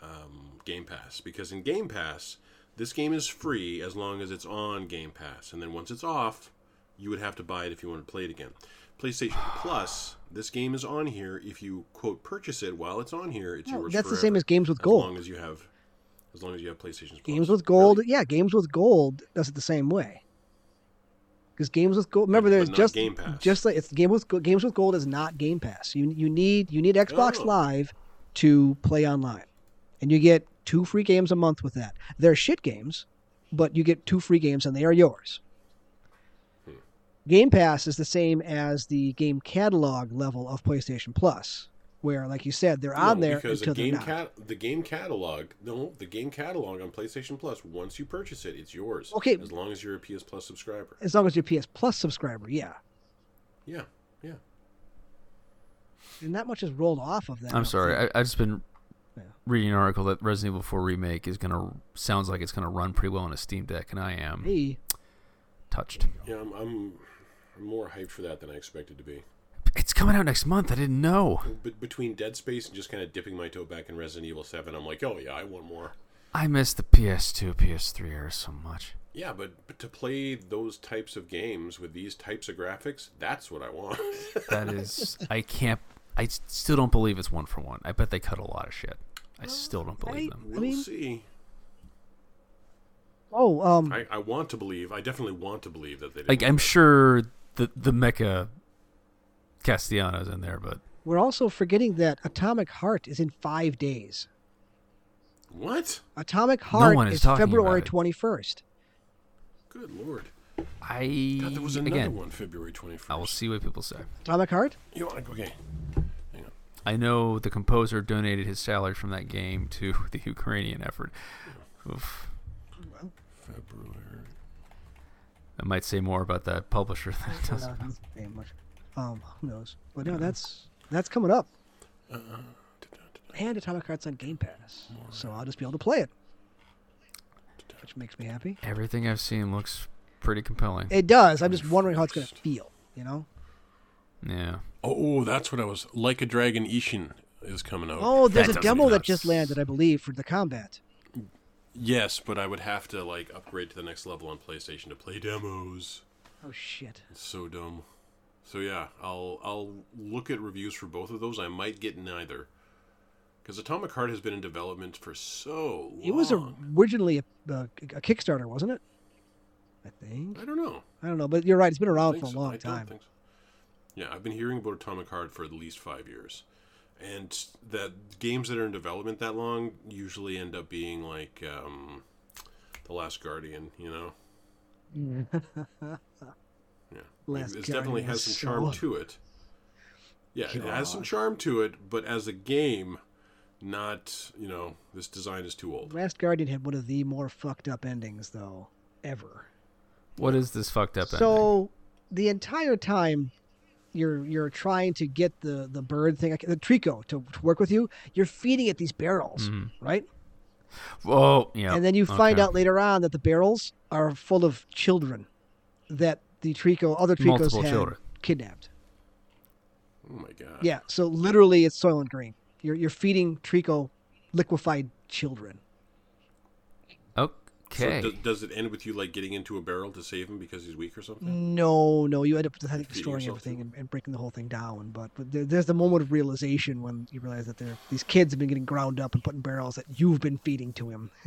Speaker 1: um, Game Pass because in Game Pass this game is free as long as it's on Game Pass, and then once it's off, you would have to buy it if you wanted to play it again. PlayStation Plus, this game is on here. If you quote purchase it while it's on here, it's
Speaker 2: Well,
Speaker 1: yours.
Speaker 2: Oh, that's the
Speaker 1: forever,
Speaker 2: same as Games with
Speaker 1: as
Speaker 2: Gold.
Speaker 1: long as you have as long as you have PlayStation Plus.
Speaker 2: Games with Gold, yeah, Games with Gold does it the same way. Because Games with Gold, remember,
Speaker 1: But- but
Speaker 2: there's
Speaker 1: not
Speaker 2: just
Speaker 1: Game Pass.
Speaker 2: just like it's Game with Go- Games with Gold is not Game Pass. You you need you need Xbox
Speaker 1: Oh.
Speaker 2: Live to play online, and you get two free games a month with that. They're shit games, but you get two free games and they are yours.
Speaker 1: Hmm.
Speaker 2: Game Pass is the same as the game catalog level of PlayStation Plus, where, like you said, they're on
Speaker 1: No,
Speaker 2: there
Speaker 1: because
Speaker 2: until
Speaker 1: the
Speaker 2: they're
Speaker 1: game
Speaker 2: not.
Speaker 1: cat the game catalog no the game catalog on PlayStation Plus once you purchase it it's yours
Speaker 2: Okay.
Speaker 1: as long as you're a PS Plus subscriber
Speaker 2: as long as you're a PS Plus subscriber, yeah.
Speaker 1: yeah yeah
Speaker 2: And not much is rolled off of that.
Speaker 3: I'm sorry. I, I've just been
Speaker 2: Yeah.
Speaker 3: reading an article that Resident Evil 4 remake is gonna sounds like it's gonna run pretty well on a Steam Deck, and I am
Speaker 2: Hey,
Speaker 3: touched.
Speaker 1: yeah I'm, I'm I'm more hyped for that than I expected to be
Speaker 3: It's coming out next month. I didn't know.
Speaker 1: but between Dead Space and just kind of dipping my toe back in Resident Evil Seven I'm like oh yeah I want more
Speaker 3: I miss the PS2, PS3 era so much.
Speaker 1: yeah but, but to play those types of games with these types of graphics that's what I want <laughs>
Speaker 3: That is, I can't. I s- still don't believe it's one for one. I bet they cut a lot of shit. I still don't believe
Speaker 2: I-
Speaker 3: them.
Speaker 1: we'll
Speaker 2: mean-
Speaker 1: see
Speaker 2: oh, um,
Speaker 1: I, I want to believe I definitely want to believe that they did
Speaker 3: Like I'm sure the the mecha Castellanos in there, but
Speaker 2: we're also forgetting that Atomic Heart is in five days.
Speaker 1: what
Speaker 2: Atomic Heart
Speaker 3: one is
Speaker 2: is,
Speaker 3: talking
Speaker 2: February
Speaker 3: about it.
Speaker 2: 21st.
Speaker 1: good lord.
Speaker 3: I
Speaker 1: God, there was another
Speaker 3: E again.
Speaker 1: one February 21st.
Speaker 3: I will see what people say. <laughs>
Speaker 2: Atomic Heart?
Speaker 1: You want to go? Okay. Hang on.
Speaker 3: I know the composer donated his salary from that game to <laughs> the Ukrainian effort. Oof.
Speaker 1: February.
Speaker 3: I might say more about that publisher. That
Speaker 2: We're
Speaker 3: doesn't
Speaker 2: not paying much. Um, who knows? But no, that's that's coming up. And Atomic Heart's on Game Pass, so I'll just be able to play it, which makes me happy.
Speaker 3: <laughs> Everything I've seen looks pretty compelling.
Speaker 2: It does. I'm just wondering how it's gonna feel. You know?
Speaker 3: yeah.
Speaker 1: Oh, that's what I was. Like a Dragon Ishin is coming out.
Speaker 2: Oh, there's
Speaker 3: That
Speaker 2: a
Speaker 3: doesn't
Speaker 2: demo that
Speaker 3: nuts.
Speaker 2: just landed, I believe, for the combat.
Speaker 1: Yes, but I would have to like upgrade to the next level on PlayStation to play demos.
Speaker 2: Oh shit!
Speaker 1: It's so dumb. So yeah, I'll I'll look at reviews for both of those. I might get neither. Because Atomic Heart has been in development for so long.
Speaker 2: It was originally a, a, a Kickstarter, wasn't it? I think.
Speaker 1: I don't know.
Speaker 2: I don't know, but you're right. It's been around
Speaker 1: think
Speaker 2: for a
Speaker 1: so. I
Speaker 2: long
Speaker 1: don't
Speaker 2: time.
Speaker 1: think so. Yeah, I've been hearing about Atomic Heart for at least five years, and that games that are in development that long usually end up being like um, the Last Guardian. You know,
Speaker 2: <laughs>
Speaker 1: yeah,
Speaker 2: Last
Speaker 1: it
Speaker 2: Guardian
Speaker 1: definitely
Speaker 2: is
Speaker 1: has some
Speaker 2: so-
Speaker 1: charm to it. Yeah, it has some charm to it, but as a game, not you know this design is too old.
Speaker 2: Last Guardian had one of the more fucked up endings, though, ever.
Speaker 3: What is this fucked up ending?
Speaker 2: So the entire time you're you're trying to get the the bird thing, like, the trico, to, to work with you, you're feeding it these barrels, right?
Speaker 3: Oh, yeah.
Speaker 2: and then you find
Speaker 3: okay.
Speaker 2: out later on that the barrels are full of children that the trico, other tricos
Speaker 3: Multiple
Speaker 2: had
Speaker 3: children.
Speaker 2: kidnapped.
Speaker 1: Oh my god.
Speaker 2: Yeah, so literally it's Soylent Green. You're you're feeding trico liquefied children.
Speaker 1: So
Speaker 3: Okay.
Speaker 1: does, does it end with you like getting into a barrel to save him because he's weak or
Speaker 2: Mm.
Speaker 1: something?
Speaker 2: No, no, you end up I think,
Speaker 1: Feeding
Speaker 2: destroying
Speaker 1: yourself
Speaker 2: everything and, and breaking the whole thing down. But, but there, there's the moment of realization when you realize that they're, these kids have been getting ground up and put in barrels that you've been feeding to him. <laughs>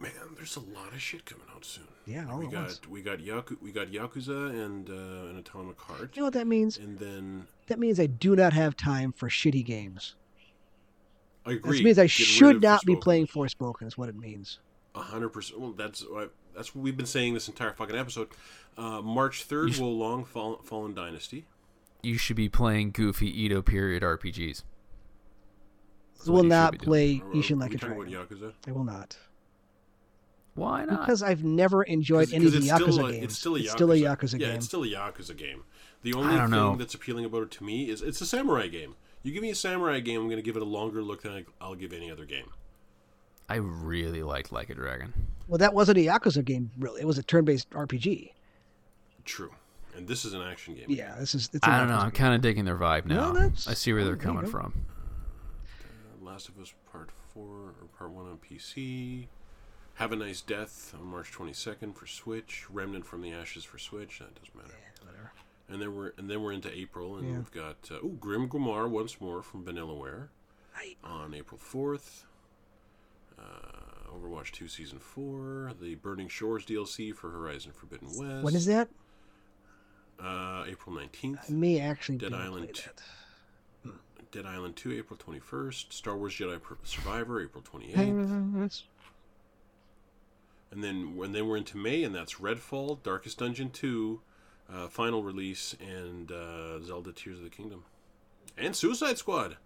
Speaker 1: Man, there's a lot of shit coming out soon.
Speaker 2: yeah, all
Speaker 1: we
Speaker 2: at once.
Speaker 1: got we got Yaku- we got Yakuza and uh, an Atomic Heart,
Speaker 2: You know what that means?
Speaker 1: and then
Speaker 2: That means I do not have time for shitty games.
Speaker 1: I agree.
Speaker 2: That means I
Speaker 1: get rid
Speaker 2: should
Speaker 1: of
Speaker 2: not be
Speaker 1: Forspoken.
Speaker 2: playing Forspoken. Is what it means.
Speaker 1: A hundred percent. Well, that's uh, that's what we've been saying this entire fucking episode. Uh, March third,
Speaker 3: sh-
Speaker 1: will long fall- Fallen Dynasty.
Speaker 3: you should be playing goofy Edo period RPGs.
Speaker 2: I
Speaker 3: So
Speaker 2: will
Speaker 3: you should
Speaker 2: not
Speaker 3: be doing.
Speaker 2: play
Speaker 1: Are- are
Speaker 2: Ishin
Speaker 1: we
Speaker 2: like a
Speaker 1: talking
Speaker 2: Dragon.
Speaker 1: about Yakuza.
Speaker 2: I will not
Speaker 3: Why not?
Speaker 2: because I've never enjoyed any of the
Speaker 1: it's still,
Speaker 2: Yakuza
Speaker 1: a,
Speaker 2: games.
Speaker 1: it's still a Yakuza,
Speaker 2: Yakuza
Speaker 1: yeah,
Speaker 2: game.
Speaker 1: it's still a Yakuza game. The only
Speaker 3: don't
Speaker 1: thing
Speaker 3: know.
Speaker 1: that's appealing about it to me is it's a samurai game. You give me a samurai game, I'm going to give it a longer look than I, I'll give any other game.
Speaker 3: I really liked Like a Dragon.
Speaker 2: Well, that wasn't a Yakuza game, really. It was a turn-based RPG.
Speaker 1: True. And this is an action game.
Speaker 2: Yeah, this is. It's a
Speaker 3: I don't know.
Speaker 2: Yakuza
Speaker 3: I'm kind of digging their vibe
Speaker 2: No,
Speaker 3: now.
Speaker 2: that's-
Speaker 3: I see where
Speaker 2: oh,
Speaker 3: they're
Speaker 2: there you
Speaker 3: coming
Speaker 2: go.
Speaker 3: from.
Speaker 1: Last of Us Part 4 or Part 1 on PC. Have a Nice Death on March 22nd for Switch. Remnant from the Ashes for Switch. That doesn't matter.
Speaker 2: whatever.
Speaker 1: And then we're and then we're into April, and
Speaker 2: Yeah.
Speaker 1: we've got uh, oh Grim Grimoire once more from Vanillaware
Speaker 2: Right.
Speaker 1: on April 4th. Uh, Overwatch 2 Season 4. The Burning Shores DLC for Horizon Forbidden West.
Speaker 2: When is that?
Speaker 1: Uh, April 19th.
Speaker 2: I may actually
Speaker 1: Dead
Speaker 2: be able to
Speaker 1: Island
Speaker 2: play
Speaker 1: two.
Speaker 2: that.
Speaker 1: Dead Island 2, April 21st. Star Wars Jedi Pur- Survivor, April 28th.
Speaker 3: <laughs>
Speaker 1: And then and then we're into May, and that's Redfall, Darkest Dungeon 2, uh, final release, and uh, Zelda Tears of the Kingdom. And Suicide Squad.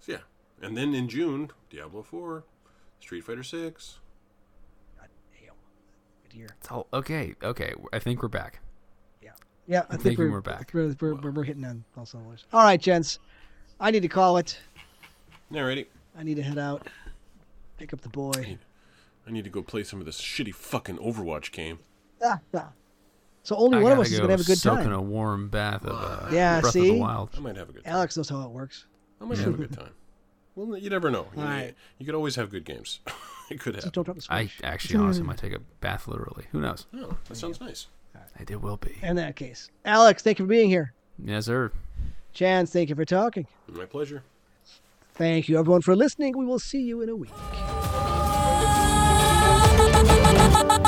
Speaker 1: So, yeah. And then in June, Diablo 4, Street Fighter 6.
Speaker 2: Damn. Good year.
Speaker 3: It's all, okay, okay. I think we're back.
Speaker 2: Yeah, I
Speaker 3: I'm
Speaker 2: think
Speaker 3: thinking
Speaker 2: we're,
Speaker 3: we're back.
Speaker 2: We're, we're, we're- we're hitting on all cylinders. All right, gents. I need to call it.
Speaker 1: Alrighty.
Speaker 2: I need to head out, pick up the boy.
Speaker 1: I need to go play some of this shitty fucking Overwatch game.
Speaker 2: Ah, ah. <laughs> So only
Speaker 3: I
Speaker 2: one of
Speaker 3: gotta
Speaker 2: us is
Speaker 3: go
Speaker 2: gonna have a good
Speaker 3: soak
Speaker 2: time.
Speaker 3: in a warm bath of
Speaker 2: <sighs>
Speaker 3: uh,
Speaker 2: Yeah,
Speaker 3: Breath of
Speaker 2: see?
Speaker 3: the Wild.
Speaker 1: I might have a good time.
Speaker 2: Alex knows how it works.
Speaker 1: I might have a good time. Well, you never know. You,
Speaker 2: Alright.
Speaker 1: you could always have good games. <laughs> it could
Speaker 2: Just
Speaker 1: happen.
Speaker 2: don't drop the
Speaker 3: I
Speaker 2: switch.
Speaker 3: actually honestly might take a bath literally. Who knows?
Speaker 1: Oh, that sounds nice.
Speaker 3: It will be.
Speaker 2: In that case, Alex, thank you for being here.
Speaker 3: Yes, sir.
Speaker 2: Chance, thank you for talking.
Speaker 1: My pleasure.
Speaker 2: Thank you, everyone, for listening. We will see you in a week.
Speaker 4: Thank you.